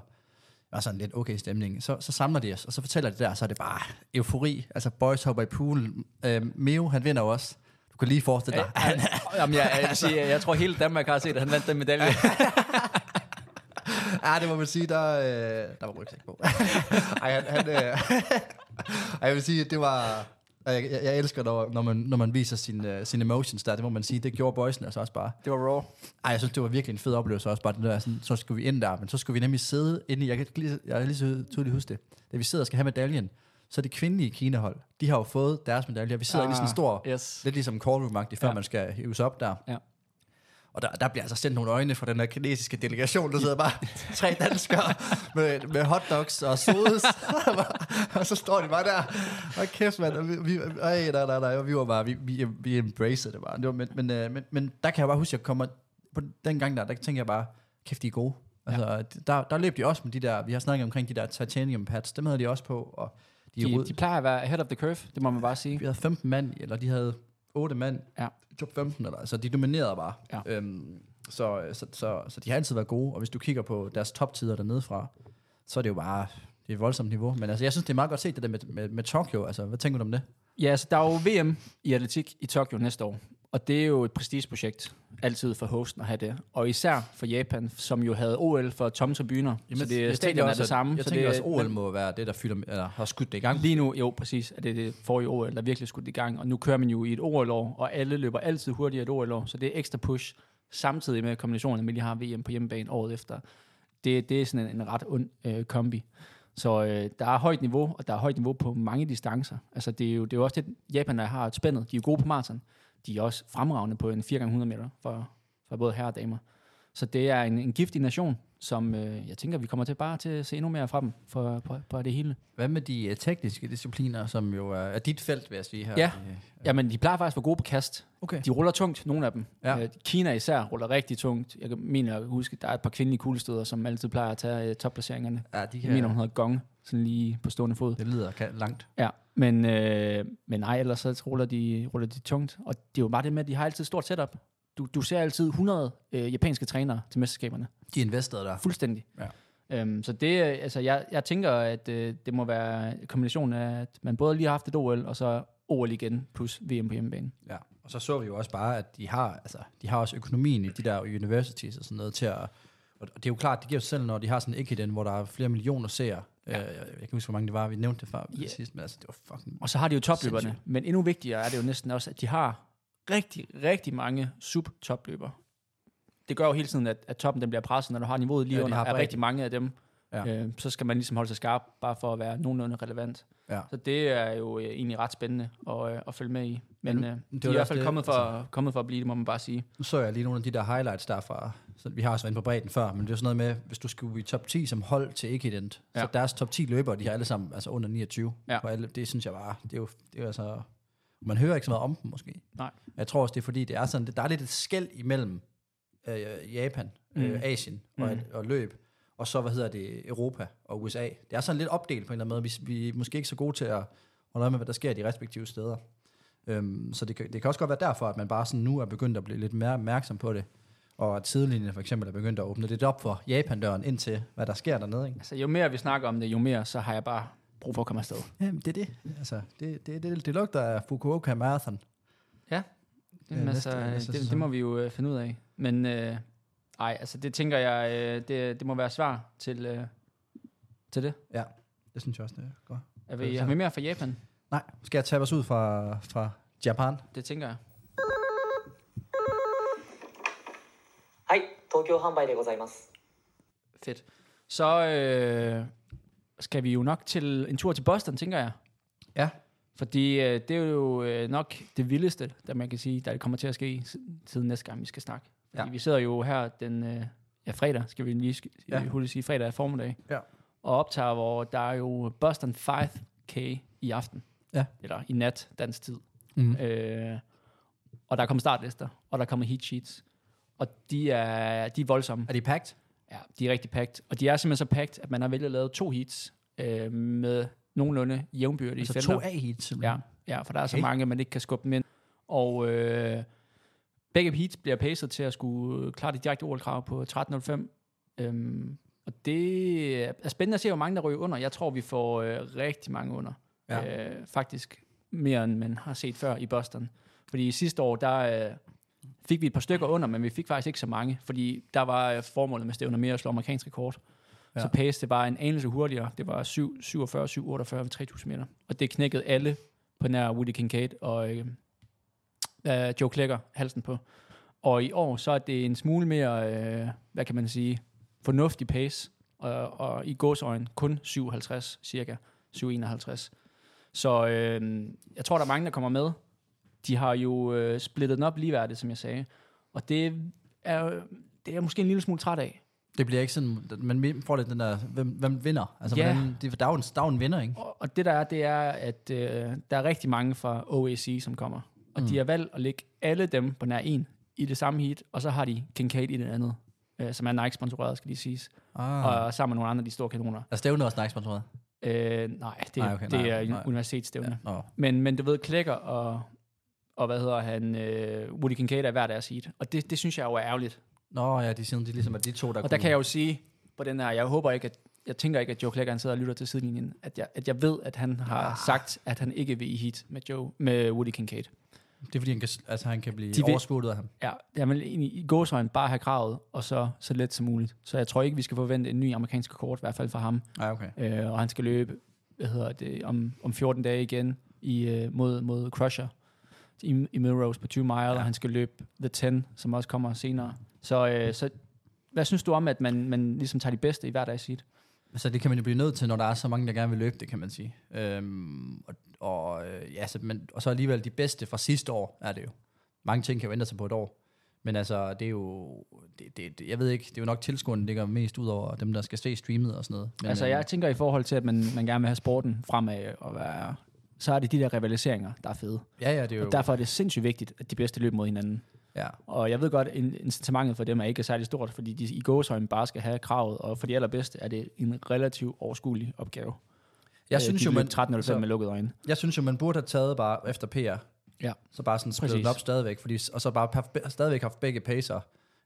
og sådan lidt okay stemning, så, så samler de os, og så fortæller de der, så er det bare eufori. Altså, boys hopper i poolen. Øhm, Meo, han vinder jo også. Du kan lige forestille dig. Han, Jamen, jeg, jeg, vil sige, jeg tror hele Danmark har set, at han vandt den medalje. ja, det må man sige, der, øh, der var rygsæk på. Ej, han, han, øh, ej, jeg vil sige, det var... og Jeg, jeg, jeg elsker, når, når, man, når man viser sine, øh, sine emotions der. Det må man sige, det gjorde boysen altså også bare. Det var raw. Ej, jeg synes, det var virkelig en fed oplevelse også, bare det der, sådan, så skulle vi ind der, men så skulle vi nemlig sidde inde i, jeg kan ikke lige, jeg kan lige så tydeligt huske det, da vi sidder og skal have medaljen, så de kvindelige Kina-hold, de har jo fået deres medalje, og vi sidder ah, inde i sådan en stor, yes. lidt ligesom call room før ja. man skal hives op der. Ja. Og der, der bliver altså sendt nogle øjne fra den her kinesiske delegation, der sidder bare tre danskere med, med hotdogs og sodes. og så står de bare der. Og kæft, mand. Og vi, vi, ej, nej, nej, nej. Og vi var bare, vi, vi, vi embraced det bare. Det var, men, men, øh, men, men der kan jeg bare huske, at jeg kommer på den gang der, der tænker jeg bare, kæft, de er gode. Altså, der, der løb de også med de der, vi har snakket omkring de der titanium pads, dem havde de også på, og de, de, De, de plejer at være ahead of the curve, det må man bare sige. vi havde 15 mand, eller de havde 8 mand Ja. i top 15, eller, så de dominerede bare. Ja. Øhm, så, så, så, så de har altid været gode, og hvis du kigger på deres toptider dernede fra, så er det jo bare det er et voldsomt niveau. Men altså, jeg synes, det er meget godt set, det der med, med, med Tokyo. Altså, hvad tænker du om det? Ja, så der er jo VM i atletik i Tokyo næste år, og det er jo et prestigeprojekt altid for hosten at have det. Og især for Japan, som jo havde OL for tomme tribuner, så det, stadion er det samme. Jeg så tænker det, også, OL må være det, der fylder, eller har skudt det i gang. Lige nu, jo præcis, at det er det forrige OL, der virkelig skudt i gang, og nu kører man jo i et OL-år, og alle løber altid hurtigere i et OL-år, så det er ekstra push, samtidig med kombinationen med, at de har VM på hjemmebane året efter. Det, det er sådan en, en ret ond øh, kombi. Så øh, der er højt niveau, og der er højt niveau på mange distancer. Altså det er jo, det er jo også det, Japan har et spændet. De er jo gode på maraton. De er også fremragende på en 4x100 meter for, for både herrer og damer. Så det er en, en giftig nation, som øh, jeg tænker, vi kommer til bare til at se endnu mere fra dem for, på, på det hele. Hvad med de øh, tekniske discipliner, som jo er, er dit felt, vil jeg sige her? Ja. Øh, Jamen, de plejer faktisk at være gode på kast. Okay. De ruller tungt, nogle af dem. Ja. Øh, Kina især ruller rigtig tungt. Jeg kan- mener, jeg kan huske, der er et par kvindelige kuglestøder, som altid plejer at tage øh, topplaceringerne. Ja, de Jeg mener, hun kan, hedder Gong, sådan lige på stående fod. det lyder ka- langt. Ja, men, øh, men nej, ellers så ruller de, ruller de tungt. Og det er jo bare det med, at de har altid et stort setup. Du, du ser altid 100 øh, japanske trænere til mesterskaberne. De investerede der. Fuldstændig. Ja. Øhm, så det, øh, altså, jeg, jeg tænker, at øh, det må være en kombination af, at man både lige har haft et OL, og så OL igen, plus VM på hjemmebane. Ja, og så så vi jo også bare, at de har, altså, de har også økonomien i de der universities og sådan noget til at... Og det er jo klart, det giver sig selv, når de har sådan en Ekiden, hvor der er flere millioner seere. Ja. Jeg, jeg kan ikke huske, hvor mange det var, vi nævnte det før Ja. yeah. sidst, men altså, det var fucking... Og så har de jo topløberne, Sindssygt. men endnu vigtigere er det jo næsten også, at de har rigtig, rigtig mange sub-topløbere. Det gør jo hele tiden, at, at toppen den bliver presset, når du har niveauet lige ja, Ja, de under, har er bredden. rigtig mange af dem. Ja. Øh, så skal man ligesom holde sig skarp, bare for at være nogenlunde relevant. Ja. Så det er jo øh, egentlig ret spændende at, øh, at følge med i. Men nu- øh, det de var er i hvert også fald det, kommet for, altså. kommet for at blive det, må man bare sige. Nu så jeg lige nogle af de der highlights der fra, så vi har også været inde på bredden før, men det er jo sådan noget med, hvis du skulle i top 10 som hold til ikke event, ja. Ja. så deres top 10 løbere, de har alle sammen altså under 29. Ja. På alle, det synes jeg bare, det er jo, det er jo altså, man hører ikke så meget om dem måske. Nej. Og Jeg tror også, det er fordi, det er sådan, der er lidt et skæld imellem øh, Japan, mm. øh, Asien og, mm. og løb, og så, hvad hedder det, Europa og USA. Det er sådan lidt opdelt på en eller anden måde. Vi, vi er måske ikke så gode til at holde øje med, hvad der sker i de respektive steder. Øhm, så det kan, det kan også godt være derfor, at man bare sådan nu er begyndt at blive lidt mere opmærksom på det, og at sidelinjen for eksempel er begyndt at åbne lidt op for Japan-døren ind til, hvad der sker dernede. Ikke? Altså, jo mere vi snakker om det, jo mere, så har jeg bare brug for at komme afsted. Jamen, det er det. Altså, det, det, det, det lugter af Fukuoka Marathon. Ja, Jamen, Ja, ja næste- altså, næste det, det sæson. må vi jo øh, finde ud af. Men øh, ej, altså det tænker jeg, øh, det, det må være svar til, øh, til det. Ja, det synes jeg også, det er godt. Er Det vi, er har vi mere fra Japan? Nej, skal jeg tage os ud fra, fra Japan? Det tænker jeg. はい、東京販売でございます。 Fedt. Så øh, skal vi jo nok til en tur til Boston, tænker jeg. Ja. Fordi øh, det er jo øh, nok det vildeste, der man kan sige, der kommer til at ske s- siden næste gang, vi skal snakke. Fordi Ja. vi sidder jo her den øh, ja, fredag, skal vi lige sk- Ja. ja. hurtigt sige, fredag formiddag, Ja. og optager, hvor der er jo Boston 5K i aften. Ja. Eller i nat, dansk tid. Mm. Øh, og der kommer startlister, og der kommer heat sheets. Og de er, de er voldsomme. Er de packed? Ja, de er rigtig packed. Og de er simpelthen så packed, at man har vælget at lave to heats øh, med nogenlunde jævnbyrdige Altså felter. to A-heats? Ja, ligesom ja, for der er okay. så Okay. mange, man ikke kan skubbe dem ind. Og øh, begge heats bliver paced til at skulle øh, klare det direkte OL-krav på 13.05. Øhm, og det er spændende at se, hvor mange der ryger under. Jeg tror, vi får øh, rigtig mange under. Ja. Ja. Øh, faktisk mere, end man har set før i Boston. Fordi sidste år, der øh, fik vi et par stykker under, men vi fik faktisk ikke så mange, fordi der var øh, formålet med stævner mere at slå amerikansk rekord. Ja. Ja. Så pace, det var en anelse hurtigere. Det var 7, 47, 7, 48 ved 3000 meter. Og det knækkede alle på nær Woody Kincaid og øh, øh, Joe Klecker halsen på. Og i år, så er det en smule mere, øh, hvad kan man sige, fornuftig pace. Og, og i gåsøjen kun 57 cirka, 751. Så øh, jeg tror, der er mange, der kommer med. De har jo øh, splittet den op ligeværdigt, som jeg sagde. Og det er, jo- det er jeg måske en lille smule træt af. Det bliver ikke sådan, man får lidt den der, hvem, hvem vinder? Altså, Ja. hvordan, det, der, er jo en, der er jo en vinder, ikke? Og, og det der er, det er, at øh, der er rigtig mange fra OAC, som kommer. Og mm. de har valgt at lægge alle dem på nær en i det samme heat, og så har de Kincaid i det andet, øh, som er Nike-sponsoreret, skal lige siges. Ah. Mm. Og sammen med nogle andre af de store kanoner. Er stævnet også Nike-sponsoreret? Øh, nej, det, Nej, nej, okay, okay, det nej, er en nej. universitetsstævne. Ja. Nå. Men, men du ved, Klækker og, og hvad hedder han, øh, Woody Kincaid er hver deres heat. Og det, det synes jeg jo er ærgerligt. Nå ja, de siger, de ligesom er de to, der Og der kan jeg jo sige på den her, jeg håber ikke, at jeg tænker ikke, at Joe Klækker han sidder og lytter til sidelinjen, at jeg, at jeg ved, at han har ah. sagt, at han ikke vil i heat med, Joe, med Woody Kincaid. Det er fordi, han kan, altså, han kan blive De vil- overskuddet af ham. Ja, jeg vil egentlig i gåsøjne bare have kravet, og så så let som muligt. Så jeg tror ikke, vi skal forvente en ny amerikansk kort, i hvert fald for ham. Nej, okay. Øh, og han skal løbe, hvad hedder det, om, om 14 dage igen i, øh, mod, mod Crusher i, i Melrose på 20 mile, ja. og han skal løbe The 10, som også kommer senere. Så, øh, så hvad synes du om, at man, man ligesom tager de bedste i hver dag sit? Så det kan man jo blive nødt til, når der er så mange, der gerne vil løbe det, kan man sige. Øhm, og, og, øh, ja, så, men, og så alligevel de bedste fra sidste år er det jo. Mange ting kan jo ændre sig på et år. Men altså, det er jo... Det, det, det, jeg ved ikke, det er jo nok tilskuerne, der ligger mest ud over dem, der skal se streamet og sådan noget. Men, altså, øh, jeg tænker i forhold til, at man, man gerne vil have sporten fremad og være... Så er det de der rivaliseringer, der er fede. Ja, ja, det er jo... Og derfor er det sindssygt vigtigt, at de bedste løber mod hinanden. ja. Og jeg ved godt, at incitamentet for dem er ikke særlig stort, fordi de i gåsøjne bare skal have kravet, og for de allerbedste er det en relativt overskuelig opgave. Jeg Øh, synes de jo, løb man, 13.05 så- med lukkede øjne. jeg synes jo, man burde have taget bare efter PR. Ja. Så bare sådan splittet den Præcis. op stadigvæk, fordi, og så bare haft, stadigvæk haft begge pacer,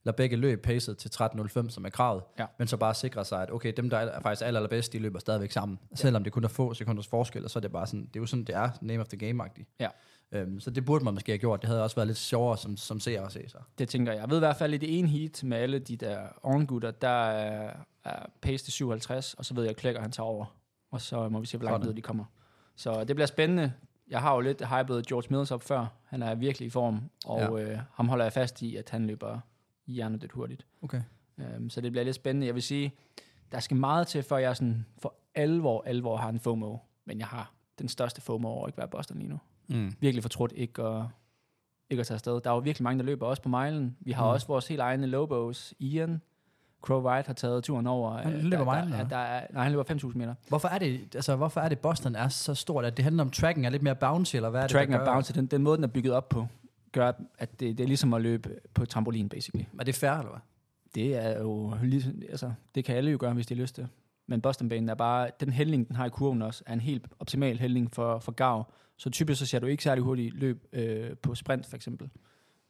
eller begge løb pacet til 13.05, som er kravet, Ja. men så bare sikre sig, at okay, dem, der er faktisk aller, allerbedst, de løber stadigvæk sammen. Selvom det kun er få sekunders forskel, og så er det bare sådan, det er jo sådan, det er name of the game-agtigt. Ja. Øhm, så det burde man måske have gjort. Det havde også været lidt sjovere som, som seer at se sig. Det tænker jeg. Jeg ved i hvert fald, at i det ene heat med alle de der ovengutter, der er, er pace til 57, og så ved jeg, at Klækker han tager over. Og så må vi se, hvor langt Sådan. ned de kommer. Så det bliver spændende. Jeg har jo lidt hypet George Mills op før. Han er virkelig i form, og ja. øh, ham holder jeg fast i, at han løber hjernedødt hurtigt. Okay. Øhm, så det bliver lidt spændende. Jeg vil sige, der skal meget til, før jeg sådan for alvor, alvor har en FOMO. Men jeg har den største FOMO over at ikke være i Boston lige nu. Mm. Virkelig fortrudt ikke at, ikke at tage afsted. Der er jo virkelig mange, der løber også på mejlen. Vi har mm. også vores helt egne Lobos. Ian Crow White har taget turen over. Han Øh, løber der, mejlen, der, ja, eller der er, Nej, han løber 5.000 meter. Hvorfor er det, altså, hvorfor er det Boston er så stort? At det handler om tracken er lidt mere bouncy, eller hvad er Tracken det, der og bounce, den, den måde, den er bygget op på, gør, at det, det er ligesom at løbe på trampolin, basically. Er det fair, eller hvad? Det er jo ligesom, altså, det kan alle jo gøre, hvis de har lyst til. Men Bostonbanen er bare, den hældning, den har i kurven også, er en helt optimal hældning for, for gav. Så typisk så ser du ikke særlig hurtigt løb øh, på sprint, for eksempel.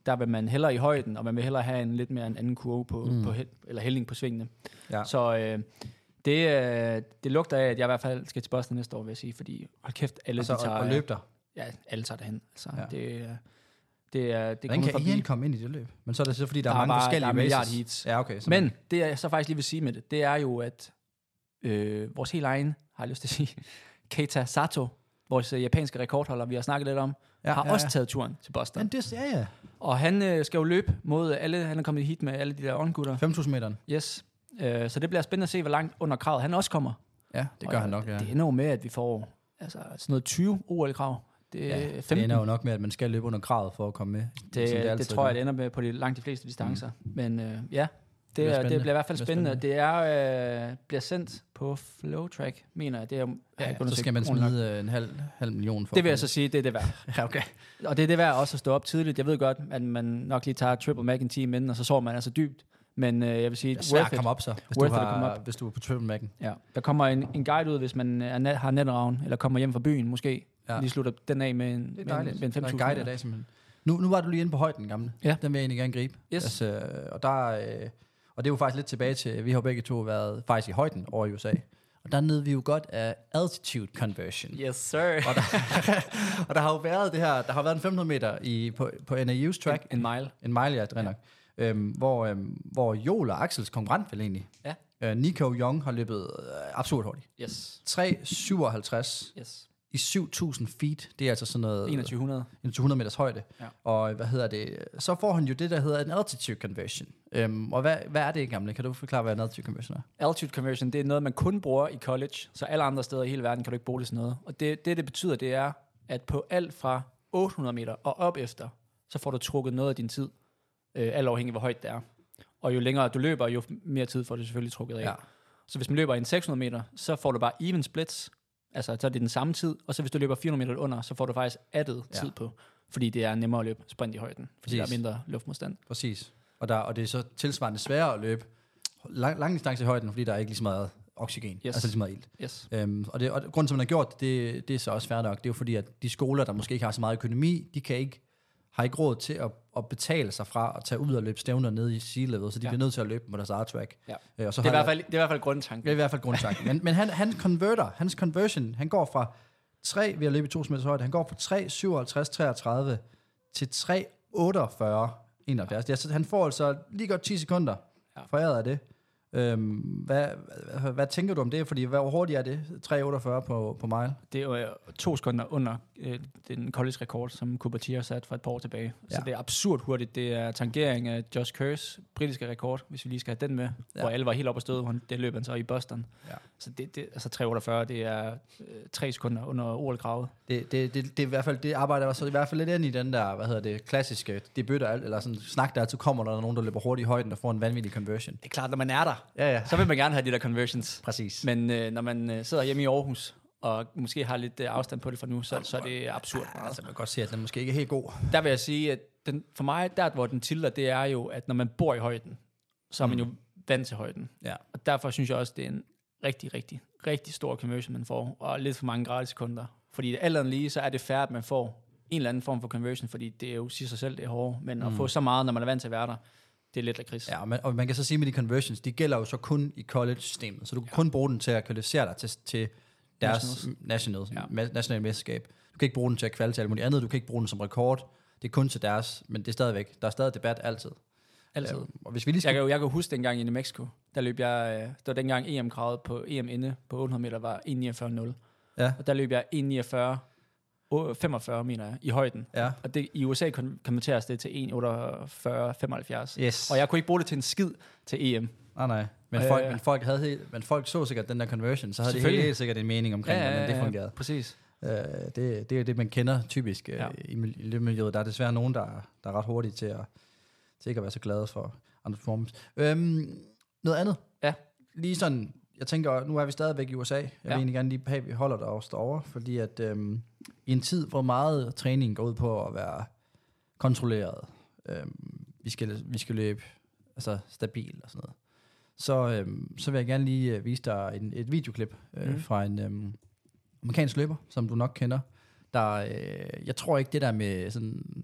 Der vil man hellere i højden, og man vil hellere have en lidt mere en anden kurve på, mm. på hæld, eller hældning på svingene. Ja. Så øh, det, øh, det lugter af, at jeg i hvert fald skal til Boston næste år, vil jeg sige, fordi hold kæft, alle Altså, de tager... og, og løb der. Ja, alle tager derhen. Altså, Ja. ja. det, er- det er... Det Hvordan kommer kan forbi. Ian komme ind i det løb? Men så er det så, fordi der, Der er er mange bare- forskellige der er races. milliard heats. Ja, okay. Så Men det, jeg så faktisk lige vil sige med det, det er jo, at øh, vores helt egen, har jeg lyst til at sige, Keita Sato, vores øh, japanske rekordholder, vi har snakket lidt om, Ja, ja, har ja, ja, ja. også taget turen til Boston. Men det ja, ja. Og han øh, skal jo løbe mod alle, han er kommet i hit med alle de der åndgutter. 5.000 meteren. Yes. Øh, så det bliver spændende at se, hvor langt under kravet han også kommer. Ja, det Og, gør øh, han nok, ja. Det ender jo med, at vi får altså, sådan noget 20 OL-krav. Det er ja, 15. det ender jo nok med, at man skal løbe under kravet for at komme med. Det, Sådan, det, det altid tror jeg, nu. det ender med på de, langt de fleste distancer. Mm. Men øh, ja, det, bliver det, er, det spændende. bliver i hvert fald Det bliver spændende. Det, er, øh, bliver sendt på Flowtrack, mener jeg. Det er, jeg har ikke Ja, så undersøgt skal man ordentligt nok. smide øh, en halv, halv million for. Det vil jeg at så sige, det er det værd. komme- Ja, okay. Og det er det værd også at stå op tidligt. Jeg ved godt, at man nok lige tager triple mac en time inden, og så sover man altså dybt. Men øh, jeg vil sige, Det er det svært worth at it. komme op så, hvis, Worth du, it at har, komme hvis du er på triple mac'en. Ja. Der kommer en, en guide ud, hvis man er nat, har natravn, eller kommer hjem fra byen måske. Ja. Ja. Lige slutter den af med en, med en, med en 5.000. Der er en guide i dag, simpelthen. Nu, nu var du lige inde på højden, gamle. Ja. Den vil jeg egentlig gerne gribe. Yes. Altså, og, der, øh, og det er jo faktisk lidt tilbage til, vi har jo begge to været faktisk i højden over i USA. Og der nød vi jo godt af altitude conversion. Yes, sir. Og, der, og der har jo været det her, der har været en 500 meter i, på, på NAU's track. En mile. En mile, ja, det er nok. Øhm, hvor, øhm, hvor Joel og Axels konkurrent vel egentlig. Ja. Øh, Nico Young har løbet øh, absurd hurtigt. Yes. 3,57 Yes. i 7.000 feet. Det er altså sådan noget... 2100. en 200 meters højde. Ja. Ja. Og hvad hedder det? Så får han jo det, der hedder en altitude conversion. Øhm, og hvad, hvad er det, gamle? Kan du forklare, hvad en altitude conversion er? Altitude conversion, det er noget, man kun bruger i college, så alle andre steder i hele verden kan du ikke bruge det sådan noget. Og det, det, det betyder, det er, at på alt fra 800 meter og op efter, så får du trukket noget af din tid, øh, alt afhængig af, hvor højt det er. Og jo længere du løber, jo mere tid får du selvfølgelig trukket af. Ja. Ja. Så hvis man løber en 600 meter, så får du bare even splits, altså så er det den samme tid, og så hvis du løber 400 meter under, så får du faktisk addet Ja. ja. tid på, fordi det er nemmere at løbe sprint i højden, fordi Præcis. der er mindre luftmodstand. Præcis. Og, der, og det er så tilsvarende sværere at løbe lang, lang distance i højden, fordi der er ikke lige så meget oxygen, yes. altså lige så meget ilt. Yes. Øhm, og, det, og grunden til, at man har gjort det, det, det er så også fair nok. Det er jo fordi, at de skoler, der måske ikke har så meget økonomi, de kan ikke, har ikke råd til at, at betale sig fra at tage ud og løbe stævner ned i sea level, så de ja. Ja. bliver nødt til at løbe på deres eget track. Ja. Øh, og så Det er, i har- hvert fald, det er i hvert fald grundtanken. Det er i hvert fald grundtanken. men men han, han converter, hans conversion, han går fra 3, ved at løbe i 2 meters højde, han går fra 3, 57, 33 til 3, 48, 71. Ja. Så han får altså lige godt 10 sekunder ja. Ja. foræret af det. Øhm, hvad, hvad, hvad, hvad tænker du om det? Fordi hvor hurtigt er det? 3,48 på, på mile? Det er jo øh, to sekunder under øh, den college-rekord, som Kubatia satte for et par år tilbage. Ja. Så Ja. det er absurd hurtigt. Det er tangering af Josh Kerrs britiske rekord, hvis vi lige skal have den med, Ja. ja. hvor alle var helt oppe at støde. hvor han- Det løb han så i Boston. Ja. Ja. Så det, det, altså 348, det er øh, tre sekunder under OL-kravet. Det, det, det, det, er i hvert fald, det arbejder også i hvert fald lidt ind i den der, hvad hedder det, klassiske debut, eller sådan snak, der altid kommer, når der er nogen, der løber hurtigt i højden og får en vanvittig conversion. Det er klart, når man er der, Ja, ja. så vil man gerne have de der conversions. Præcis. Men øh, når man øh, sidder hjemme i Aarhus, og måske har lidt øh, afstand på det fra nu, så, så er det absurd. meget. Altså, man kan godt se, at den måske ikke er helt god. der vil jeg sige, at den, for mig, der hvor den tilter, det er jo, at når man bor i højden, så er Mm. man jo vant til højden. Ja. Og derfor synes jeg også, det er en rigtig, rigtig, rigtig stor conversion, man får, og lidt for mange gratis kunder. Fordi alt andet lige, så er det færre, at man får en eller anden form for conversion, fordi det er jo siger sig selv, det er hårdt, men mm. at få så meget, når man er vant til at være der, det er lidt lakrids. Ja, og man, og man kan så sige med de conversions, de gælder jo så kun i college-systemet, så du kan kun bruge den til at kvalificere dig til, til deres nationals, ja. nationale mesterskab. Du kan ikke bruge den til at kvalte til alt muligt andet, du kan ikke bruge den som rekord, det er kun til deres, men det er stadigvæk, der er stadig debat altid. Altid. Øh, og hvis vi lige Jeg skal... kan, jo, jeg kan huske dengang i New Mexico, der løb jeg, øh, det var dengang EM-kravet på EM inde på 800 meter var 1.49.0. Ja. Og der løb jeg 1.49, åh, 45 mener jeg, i højden. Ja. Og det, i USA kon- konverteres det til 1.48.75. Yes. Og jeg kunne ikke bruge det til en skid til E EM. Nej, nej. Men Øh. folk, men, folk havde helt, men folk så sikkert den der conversion, så havde de Selvfølgelig. helt sikkert en mening omkring, hvordan det fungerede. Præcis. Øh, det, det er jo det, man kender typisk øh, Ja. ja. i, mil- i løbemiljøet. Der er desværre nogen, der, er- der er ret hurtige til at, til ikke at være så glade for andre performance. Øhm, noget andet? Ja. Lige sådan, jeg tænker, nu er vi stadigvæk i USA. Jeg ja. vil Ja. egentlig gerne lige have, at vi holder os derovre, fordi at øhm, i en tid, hvor meget træning går ud på at være kontrolleret, øhm, vi, skal, vi skal løbe altså stabil og sådan noget, så, øhm, så vil jeg gerne lige øh, vise dig en, et videoklip øh, Mhm. mm. fra en øhm, amerikansk løber, som du nok kender. Der, øh, jeg tror ikke det der med sådan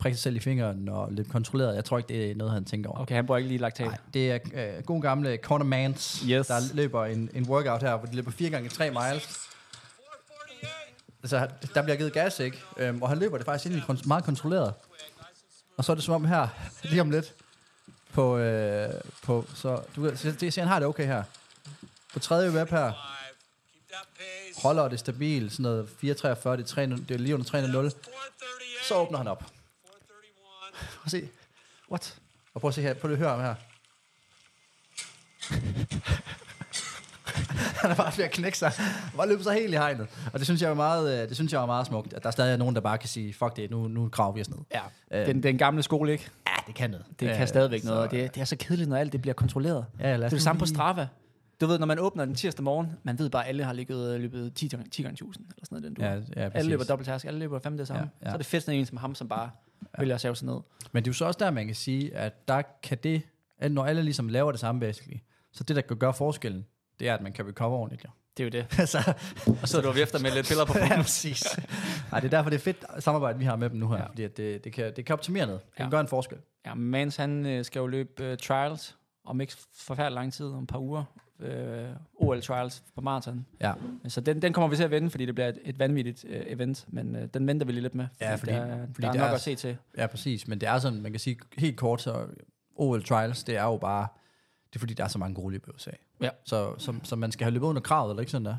prikke sig selv i fingeren og løbe kontrolleret, jeg tror ikke det er noget, han tænker over. Okay, han bruger ikke lige laktat. Nej, det er øh, god gamle Corner Mans, Yes. der løber en, en workout her, hvor de løber 4 gange 3 miles. Altså, der bliver givet gas, ikke? Øhm, og han løber det faktisk egentlig kon- meget kontrolleret. Og så er det som om her, lige om lidt, på, øh, på så, du kan se, det- se, han har det okay her. På tredje web her, holder det stabilt, sådan noget 443, det er, 3, det er lige under 300, så åbner han op. Prøv at se. What? Og prøv at se her, prøv lige at høre ham her. han er bare ved at knække sig. Han bare løber sig helt i hegnet. Og det synes jeg var meget, øh, det synes jeg var meget smukt, at der stadig er nogen, der bare kan sige, fuck det, nu, nu graver vi os ned. Ja. Øh. Den, den gamle skole, ikke? Ja, det kan noget. Øhm. Det kan Øh, stadigvæk så- noget, og det, det er så kedeligt, når alt det bliver kontrolleret. Ja, lad os det er nu det samme på lige- Strava. Du ved, når man åbner den tirsdag morgen, man ved bare, at alle har ligget øh, løbet 10 gange 10 gange 1000, eller sådan noget. i Den du. Ja, ja, præcis. alle løber dobbelt task, alle løber fem det samme. Ja, ja. Så er det fedt, sådan en som ham, som bare ja. vælger at save sig ned. Men det er jo så også der, man kan sige, at der kan det, at når alle ligesom laver det samme basically, så det, der kan gøre forskellen, det er, at man kan recover ordentligt. jo. Det er jo det. altså, Og så er du efter med lidt piller på ja, præcis. Ej, det er derfor, det er fedt samarbejde, vi har med dem nu her, ja. fordi at det, det, kan, det kan optimere noget. Det kan Ja. gøre en forskel. Ja, Mans han øh, skal jo løbe øh, trials om ikke forfærdelig lang tid, om et par uger. Øh, OL trials på maraton. Ja, Så den, den kommer vi til at vende, fordi det bliver et, et vanvittigt øh, event, men øh, den venter vi lige lidt med. Ja, fordi- der, fordi der er det nok er- at se til. ja præcis. Men det er sådan, man kan sige helt kort, så OL Trials, det er jo bare, det er fordi, der er så mange gode løb i USA. Ja. Så, så, så man skal have løbet under kravet, eller ikke sådan der?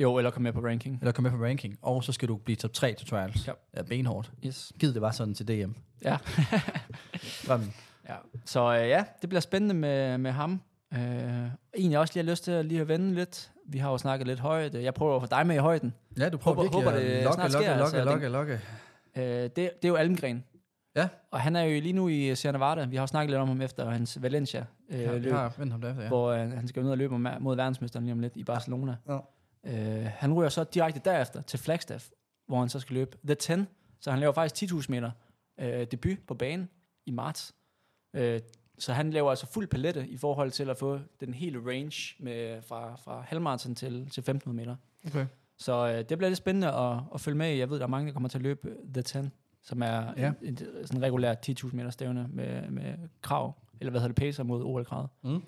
Jo, eller komme med på ranking. Eller komme med på ranking, og så skal du blive top 3 til trials. Ja. Ja, benhårdt. Yes. Gid det var sådan til DM. Ja. Drømmen. Ja, så øh, ja, det bliver spændende med, med ham. Øh, egentlig også lige har lyst til at lige at vende lidt. Vi har jo snakket lidt højt. Jeg prøver at få dig med i højden. Ja, du prøver Håber- virkelig håber, at det lokke, snart lokke, sker, lokke, altså, lokke, lokke. Øh, det, det er jo Almgren. Ja. Og han er jo lige nu i Sierra Nevada. Vi har jo snakket lidt om ham efter hans Valencia øh, Ja, vi løb, har vendt ham derefter, ja. hvor øh, han skal jo ned og løbe mod- mod verdensmesteren lige om lidt i Barcelona. Ja. Øh, han ryger så direkte derefter til Flagstaff, hvor han så skal løbe The 10. Så han laver faktisk 10.000 meter øh, debut på banen i marts. Øh, så han laver altså fuld palette i forhold til at få den hele range med, fra, fra halvmarathon til, til 1.500 meter. Okay. Så øh, det bliver lidt spændende at, at følge med i. Jeg ved, der er mange, der kommer til at løbe øh, The 10, som er Ja. ja. et, et sådan regulært 10.000 meter stævne med, med krav, eller hvad hedder det, pacer mod OL-kravet. Mm.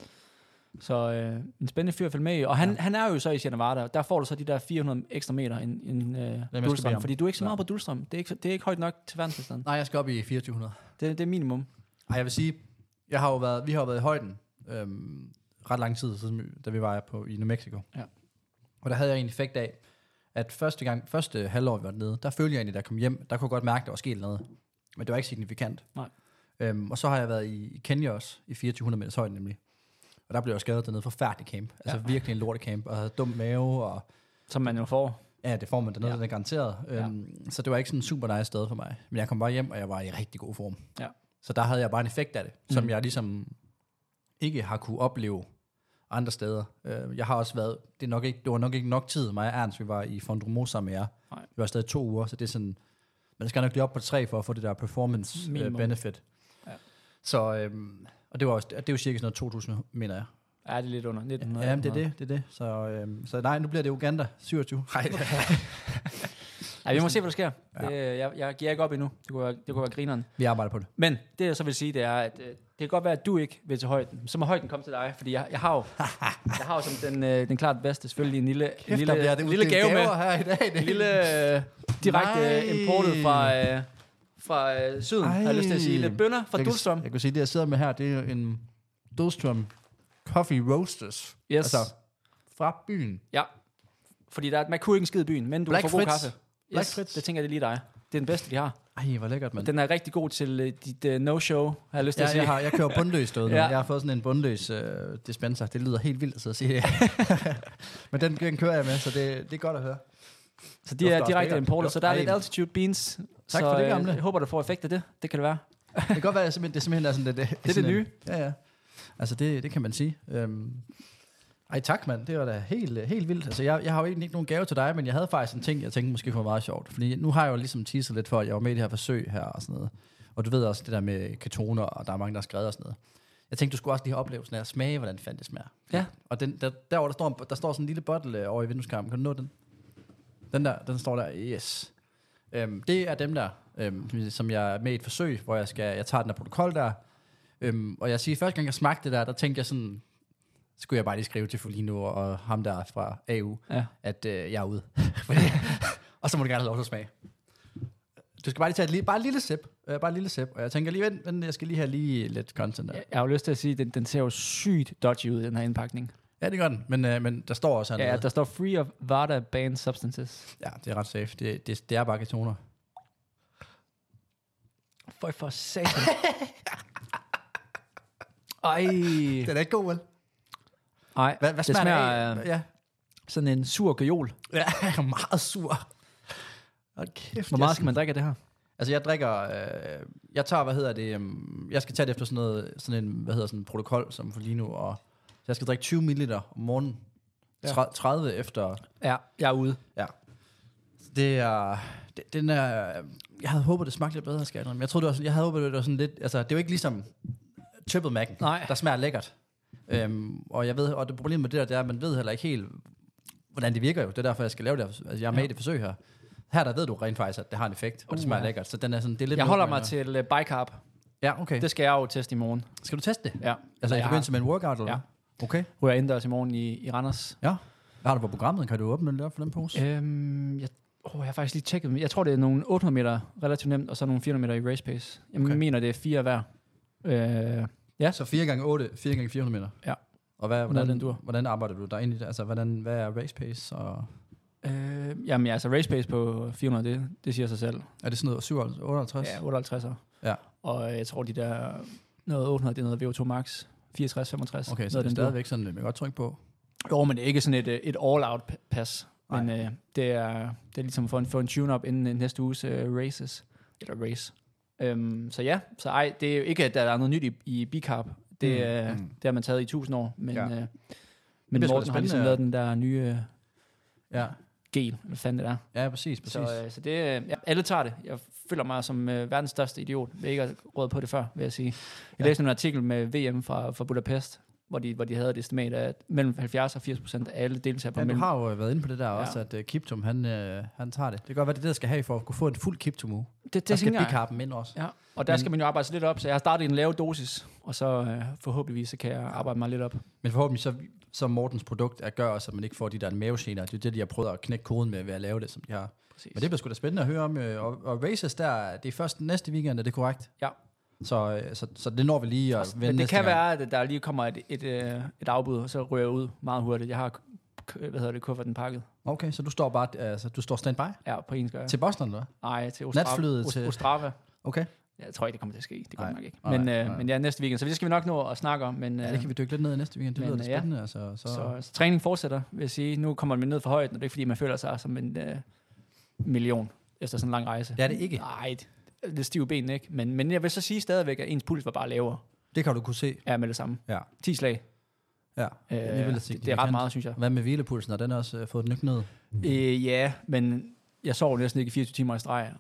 Så øh, en spændende fyr at følge med i. Og han, Ja. ja. han er jo så i Genevada, og der får du så de der 400 ekstra meter end, end bede øh, om. Dulstrøm, fordi du er ikke så Ja. meget på Dulstrøm. Det er ikke, det er ikke højt nok til verdensmesteren. Nej, jeg skal op i 2400. Det, det er minimum. Ej, jeg vil sige, jeg har jo været, vi har jo været i højden øhm, ret lang tid siden, vi- da vi var på, i New Mexico. Ja. Og der havde jeg en effekt af, at første gang, første halvår, vi var dernede, der følte jeg egentlig, da jeg kom hjem, der kunne jeg godt mærke, at der var sket noget. Men det var ikke signifikant. Nej. Øhm, og så har jeg været i, i Kenya også, i 2400 meters højde nemlig. Og der blev jeg skadet dernede forfærdelig camp. Altså ja. virkelig en lortecamp, og havde dum mave, og Som man jo får. Ja, det får man dernede, ja. den er garanteret. Øhm, Så det var ikke sådan en super nice sted for mig. Men jeg kom bare hjem, og jeg var i rigtig god form. Ja. Så der havde jeg bare en effekt af det, som Mm. jeg ligesom ikke har kunne opleve andre steder. Øh, Jeg har også været, det, er nok ikke, det var nok ikke nok tid, mig og Ernst, vi var i Fondromosa med jer. Nej. Vi var stadig to uger, så det er sådan, man skal nok lige op på tre for at få det der performance øh, Minimum. benefit. Ja. Så, øhm, og det var også, det er jo cirka sådan noget 2.000, mener jeg. Er det er lidt under 1900? Ja, men det er det, det er det. Så, øhm, så nej, nu bliver det Uganda, 27. Nej, Ja, vi må se, hvad der sker. Ja. Ja. Det, øh, jeg, jeg giver ikke op endnu. Det kunne, være, det kunne være grineren. vi arbejder på det. Men det jeg så vil sige, det er, at øh, det kan godt være, at du ikke vil til højden. Så må højden komme til dig, fordi jeg, jeg har jo, jeg har jo som den, øh, den klart bedste, selvfølgelig en lille, en Kæft, der bliver lille, det en lille uddelt gave med. gaver her i dag. Det En lille øh, direkte Nej. øh, importet fra, øh, fra øh, syden, Ej. har jeg lyst til at sige. Lidt bønder fra jeg Dulstrøm. Kan, jeg kan sige, det jeg sidder med her, det er en Dulstrøm Coffee Roasters. Yes. Altså, fra byen. Ja. Fordi der, er- man kunne ikke en skid i byen, men du Black kan få god Fritz. kaffe. Black Fritz. Det tænker jeg, det er lige dig. Det er den bedste, de har. Ej, hvor lækkert, mand. Den er rigtig god til øh, dit øh, no-show, har jeg lyst til at Ja, sige. jeg, har, jeg kører bundløs derude ja. Ja. Jeg har fået sådan en bundløs øh, dispenser. Det lyder helt vildt at sidde og sige det. Men den, den kører jeg med, så det, det er godt at høre. Så Det de var er også direkte lækkert. importet, så Det var der er lidt dejligt. altitude beans. så, Tak for det, øh, gamle. Jeg håber, du får effekt af det. Det kan det være. Det kan godt være, at simpelthen- det simpelthen er sådan, det, det, det sådan en- nye. Ja, ja. Altså, det, det kan man sige. Øhm. Ej, tak mand. Det var da helt, øh, helt vildt. Altså, jeg, jeg har jo egentlig ikke nogen gave til dig, men jeg havde faktisk en ting, jeg tænkte måske kunne være meget sjovt. Fordi nu har jeg jo ligesom teaset lidt for, at jeg var med i det her forsøg her og sådan noget. Og du ved også det der med ketoner, og der er mange, der har skrevet og sådan noget. Jeg tænkte, du skulle også lige have oplevelsen af at smage, hvordan fandt det smager. Ja. Og den, der, derovre, der står, en- der står sådan en lille bottle øh, over i vindueskarmen. Kan du nå den? Den der, den står der. Yes. Øhm, det er dem der, øhm, som- som jeg er med i et forsøg, hvor jeg, skal, jeg tager den der protokol der. Øhm, og jeg siger, første gang jeg smagte det der, der tænkte jeg sådan, skulle jeg bare lige skrive til Folino og ham der fra AU, Ja. at øh, jeg er ude. og så må du gerne have lov til at smage. Du skal bare lige tage et, lille- bare et lille sip. Øh, bare et lille sip. Og jeg tænker lige, vent, vent, jeg skal lige have lige lidt content der. Jeg- Jeg har jo lyst til at sige, at den, den ser jo sygt dodgy ud, den her indpakning. Ja, det gør den. Men, øh, men der står også hernede. Ja, der står free of VADA banned substances. Ja, det er ret safe. Det, det, det er bare ketoner. For for satan. Ej. Den er ikke god, vel? Ej, Hvad, hvad det smager, smager øh, det af af? Ja. sådan en sur gajol. ja, jeg er meget sur. Hold kæft. Hvor jeg er meget skal man drikke af det her? Altså, jeg drikker... Øh, jeg tager, hvad hedder det... øhm, jeg skal tage det efter sådan, noget, sådan en, hvad hedder sådan en protokol, som for lige nu, og så jeg skal drikke 20 ml om morgenen. Tre- 30 efter... Ja, jeg er ude. Ja. Det er... Det, den er... Jeg havde håbet, det smagte lidt bedre, skal jeg indrømme. Jeg troede, det var sådan, jeg havde håbet, det var sådan lidt... Altså, det er jo ikke ligesom Triple Mac, Nej. der smager lækkert. Øhm, og jeg ved, og det problem med det der, det er, at man ved heller ikke helt, hvordan det virker jo. Det er derfor, jeg skal lave det her. Altså, jeg er med ja. i det forsøg her. Her der ved du rent faktisk, at det har en effekt, og det smager lækkert. Så den er sådan, det er lidt Uh. Jeg holder mig no-brainer. til uh, bicarb. Ja, okay. Det skal jeg jo teste i morgen. Skal du teste det? Ja. Altså i jeg forbindelse med en workout, eller Ja. hvad? Okay. har- ryger indendørs i morgen i, i Randers. Ja. Har du på programmet? Kan du åbne lidt op for den pose? Øhm, jeg, oh, jeg har faktisk lige tjekket dem. Jeg tror, det er nogle 800 meter relativt nemt, og så nogle 400 meter i race pace. Jeg Okay. okay. mener, det er fire hver. Øh, Så 4 gange 8, 4 gange 400 meter. Ja. Og hvad, Hvordan hvordan, den dur. hvordan arbejder du der ind i det? Altså, hvordan, hvad er race pace? Og øh, jamen, altså race pace på 400, det, det siger sig selv. er det sådan noget 57, 58? Ja, 58'er. Ja. Og øh, jeg tror, de der noget 800, det er noget VO2 max. 64, 65. Okay, noget så det er af den dur. stadigvæk sådan, man kan godt trykke på. Jo, men det er ikke sådan et, øh, et all-out p- pas. Nej. Men øh, det, er, det er ligesom for en, for en tune-up inden øh, næste uges øh, races. Eller race. Øhm, så ja, så ej, det er jo ikke, at der er noget nyt i, i bicarb. Det, Mm, mm, øh, mm. det har man taget i tusind år. Men, Ja. ja. øh, men bliver sgu da Morten har ligesom spændende. lavet den der nye øh, Ja, gel. hvad fanden det er. Ja, præcis, præcis. Så, øh, så det, øh, ja, alle tager det. Jeg føler mig som øh, verdens største idiot. Jeg ikke har råd på det før, vil jeg sige. Jeg Ja. læste en artikel med VM fra, fra Budapest, hvor de, hvor de havde et estimat af, at mellem 70 og 80 procent af alle deltagere på Ja, du mellem... har jo været inde på det der Ja. også, at uh, Kiptum, han, uh, han tager det. Det kan godt være, det er det, der skal have for at kunne få en fuld Kiptum uge. Det, det Der skal tænker jeg. bikarpen ind også. Ja, og der skal man jo arbejde sig lidt op, så jeg har startet i en lav dosis, og så øh, forhåbentligvis så kan jeg arbejde mig lidt op. Men forhåbentlig så, så Mortens produkt er gør også, at man ikke får de der mavegener. Det er jo det, de har prøvet at knække koden med ved at lave det, som de har. Præcis. Men det bliver sgu da spændende at høre om. øh, Og, og races der, det er først næste weekend, er det korrekt? Ja. Så, øh, så, så det når vi lige at vende Men det altså næste kan gang. være, at der lige kommer et, et, øh, et afbud, og så ryger jeg ud meget hurtigt. Jeg har k- k- hvad hedder det, kufferten pakket. Okay, så du står bare, altså, du står standby Ja, på en skal jeg. til Boston, eller hvad? Ej, til Natflyet Ostrava. til- Til... Ostrava. Okay. Ja, Jeg tror ikke, det kommer til at ske. Det kommer Nej. nok ikke. Nej, Men, øh, nej. men ja, næste weekend. Så det skal vi nok nå at snakke om. Men, Ja, øh, det kan vi dykke lidt ned i næste weekend. Det Men, lyder lidt øh, ja. spændende. Altså, så, så, så træning fortsætter, vil jeg sige. Nu kommer man ned for højden, og det er ikke, fordi man føler sig som en øh, million efter sådan en lang rejse. Det er det ikke. Nej, det er lidt stive ben, ikke? Men, men jeg vil så sige stadigvæk, at ens puls var bare lavere. Det kan du kunne se. Ja, med det samme. Ja. 10 slag. ja. Øh, er det, alligevel det er signifikant. ret meget, synes jeg. Hvad med hvilepulsen? Har den også øh, fået den ned? Øh, ja, men jeg sov jo næsten ikke i 24 timer i streg.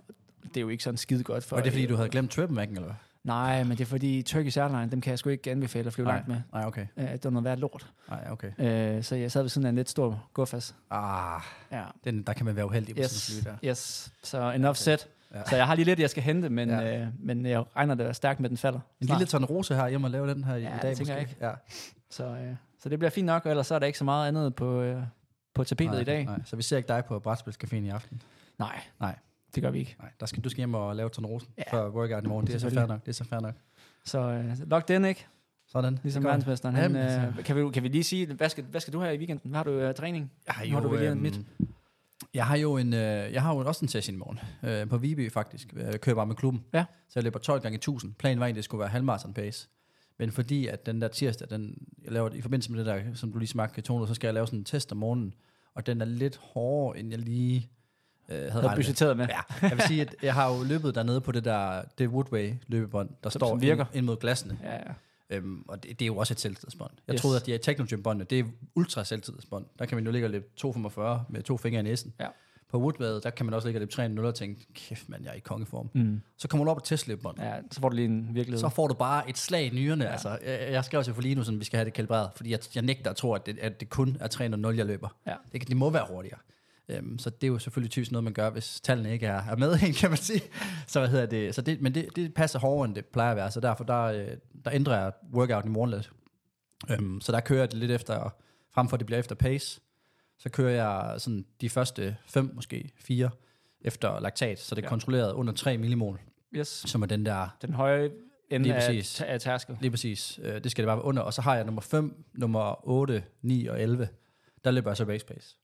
Det er jo ikke sådan skide godt for... øh, Og det er fordi, du havde glemt trippelmækken, eller hvad? Nej, men det er fordi Turkish Airlines, dem kan jeg sgu ikke anbefale at flyve langt med. Nej, okay. Øh, det var noget værd lort. Nej, okay. Øh, så jeg sad ved siden af en lidt stor guffas. Ah, Ja. den, der kan man være uheldig på sådan en Yes, fly der. yes. Så enough set. Ja. Så jeg har lige lidt, jeg skal hente, men, Ja. øh, men jeg regner det er stærkt med, at den falder. En snart. lille ton rose her hjemme og lave den her i- Ja, i dag. det tænker jeg måske. Ja. Så, øh, så det bliver fint nok, og ellers så er der ikke så meget andet på, øh, på tapetet Nej, i dag. Nej. Nej. Så vi ser ikke dig på brætspilscaféen i aften. nej, Nej. det gør vi ikke. Nej, der skal, du skal hjem og lave tonrosen ja. Ja. for workout i morgen. Det er så fair Selvfølgelig. nok. Det er så fair nok. Så øh, lok den, ikke? Sådan. Ligesom Det er godt. verdensmesteren. Han, Jamen, altså. øh, kan, vi, kan vi lige sige, hvad skal, hvad skal du have i weekenden? Har du øh, træning? Jeg har Nu har jo, du vel lige øhm, mit. Jeg har jo en, øh, jeg har jo også en session i morgen øh, på Viby faktisk. Jeg kører bare med klubben. Ja. Så jeg løber 12 gange 1000. Planen var egentlig, at det skulle være halvmarathon pace. Men fordi at den der tirsdag, den, jeg laver, i forbindelse med det der, som du lige smagte, Tono, så skal jeg lave sådan en test om morgenen. Og den er lidt hårdere, end jeg lige øh, havde, havde regnet med. budgetteret med. Ja, jeg vil sige, at jeg har jo løbet dernede på det der det Woodway løbebånd, der Som- står som virker. Ind, ind mod glassene. Ja, ja. Øhm, og det, det, er jo også et selvtidsbånd. Jeg Yes. yes. troede, at de her Technogym-båndene, det er ultra selvtidsbånd. Der kan man jo ligge og løbe 2,45 med to fingre i næsen. Ja. På Woodway, der kan man også ligge og løbe 3,0 og tænke, kæft mand, jeg er i kongeform. Mm. Så kommer du op på testløbebånd. ja, så får du lige en virkelighed. Så får du bare et slag i nyrerne. Ja. Altså, jeg, jeg skrev til Folino, at vi skal have det kalibreret, fordi jeg, jeg nægter at tro, at det, at det kun er 3.0, jeg løber. Ja. Det, kan- det må være hurtigere. Um, så det er jo selvfølgelig typisk noget, man gør, hvis tallene ikke er, er med, kan man sige. Så hvad hedder det? Så det men det, det passer hårdere, end det plejer at være, så derfor der, øh, der ændrer jeg workouten i morgen lidt. Um, så der kører jeg det lidt efter, frem for at det bliver efter pace, så kører jeg sådan de første fem, måske fire, efter laktat, så det er Ja. ja. kontrolleret under 3 millimol, Yes. som er den der Den høje ende Lige af, præcis. ta- af tærskel. Lige præcis. Øh, det skal det bare være under. Og så har jeg nummer 5, nummer 8, 9 og 11. Der løber jeg så race pace.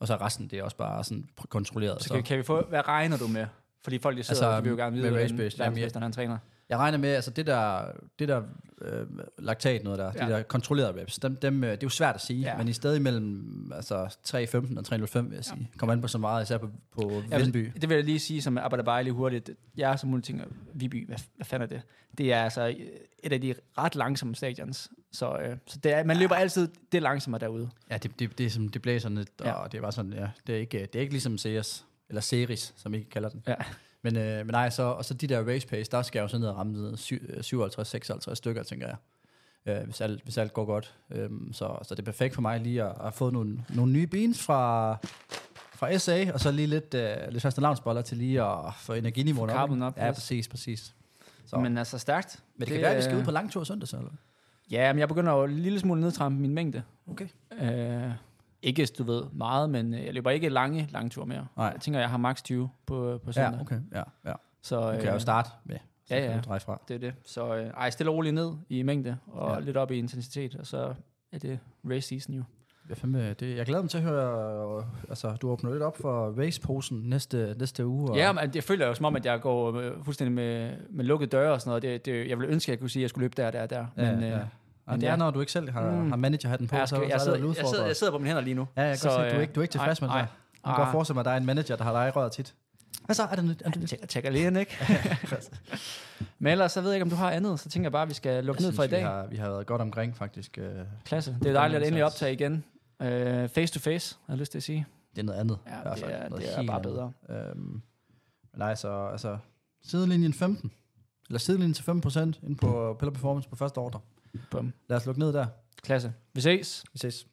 Og så resten, det er også bare sådan pr- kontrolleret. Så Så kan, kan vi få, hvad regner du med? Fordi folk de sidder, Altså, altså, de vil jo gerne vide, med hvordan race-based, jamen, jeg- verdensmesteren han træner. jeg regner med, altså det der, det der øh, laktat noget der, Ja. ja. de der kontrollerede reps, dem, dem, øh, det er jo svært at sige, Ja. ja. men i stedet mellem altså, 3.15 og 3.05, vil jeg sige. Kommer an på så meget, især på, på Ja, Vindby. Det vil jeg lige sige, som arbejder bare lige hurtigt. Jeg er som muligt tænker, Viby, hvad, hvad fanden er det? Det er altså øh, et af de ret langsomme stadions. Så, øh, så det er, man løber altid det langsommere derude. Ja, det, det, det, er som, det blæser lidt, Ja. ja. og det er bare sådan, ja, det er ikke, det er ikke ligesom CS, eller Ceres, som I kalder den. Ja. Men, øh, men nej, så, og så de der race pace, der skal jeg jo sådan ned og ramme 57-56 stykker, tænker jeg. Øh, hvis, alt, hvis alt går godt. Øhm, så, så det er perfekt for mig lige at, at få nogle, nogle nye beans fra, fra SA, og så lige lidt, øh, lidt første lavnsboller til lige at få energiniveauet Få op. carboen ikke? op, Ja, yes. præcis, præcis. Så. Så. Men, Men altså stærkt. men det, kan være, at vi skal øh, ud på langtur søndag, så eller? hvad? Ja, men jeg begynder jo en lille smule at nedtrampe min mængde. Okay. Øh, ikke, du ved, meget, men øh, jeg løber ikke lange langture mere. Nej. Jeg tænker, jeg har maks 20 på, på søndag. Ja, okay. Ja, ja. Så, Nu kan jeg jo starte med, så ja, kan ja. du dreje fra. Det er det. Så øh, ej, stille og roligt ned i mængde, og ja. Ja. lidt op i intensitet, og så er det race season jo. Hvad fanden, det, jeg glæder mig til at høre, altså du åbner lidt op for raceposen næste, næste uge. Og, Ja, men det føler jeg jo som om, at jeg går øh, fuldstændig med, med lukkede døre og sådan noget. Det, det, jeg ville ønske, at jeg kunne sige, at jeg skulle løbe der, der, der. ja, Men, ja. Øh, Og det ja. er, når du ikke selv har, Mm. mm. har managerhatten på, jeg, så, skal, jeg, så er sidder, det jeg, sidder, jeg sidder på mine hænder lige nu. øh, Ja, jeg kan godt se, du er ikke, du er ikke tilfreds med det. nej, der. Jeg kan godt Ah. forestille mig, at der er en manager, der har dig i røret tit. Hvad så? Er det nyt? Er det Jeg nyt? tjekker- tjekker lige ind, ikke? Men ellers, så ved jeg ikke, om du har andet. Så tænker jeg bare, at vi skal lukke ned for i Vi dag. har, vi har været godt omkring, faktisk. Øh, Det Klasse. Det er dejligt at indsats. endelig optage igen. Øh, face to face, har jeg lyst til at sige. er noget andet. Ja, i hvert det fald. er- Noget det er helt bare andet. bedre. Øhm, men nej, så altså, sidelinjen 15. Eller sidelinjen til 15% ind på Peller Performance på første ordre. Bum. Lad os lukke ned der. Klasse. Vi ses. Vi ses.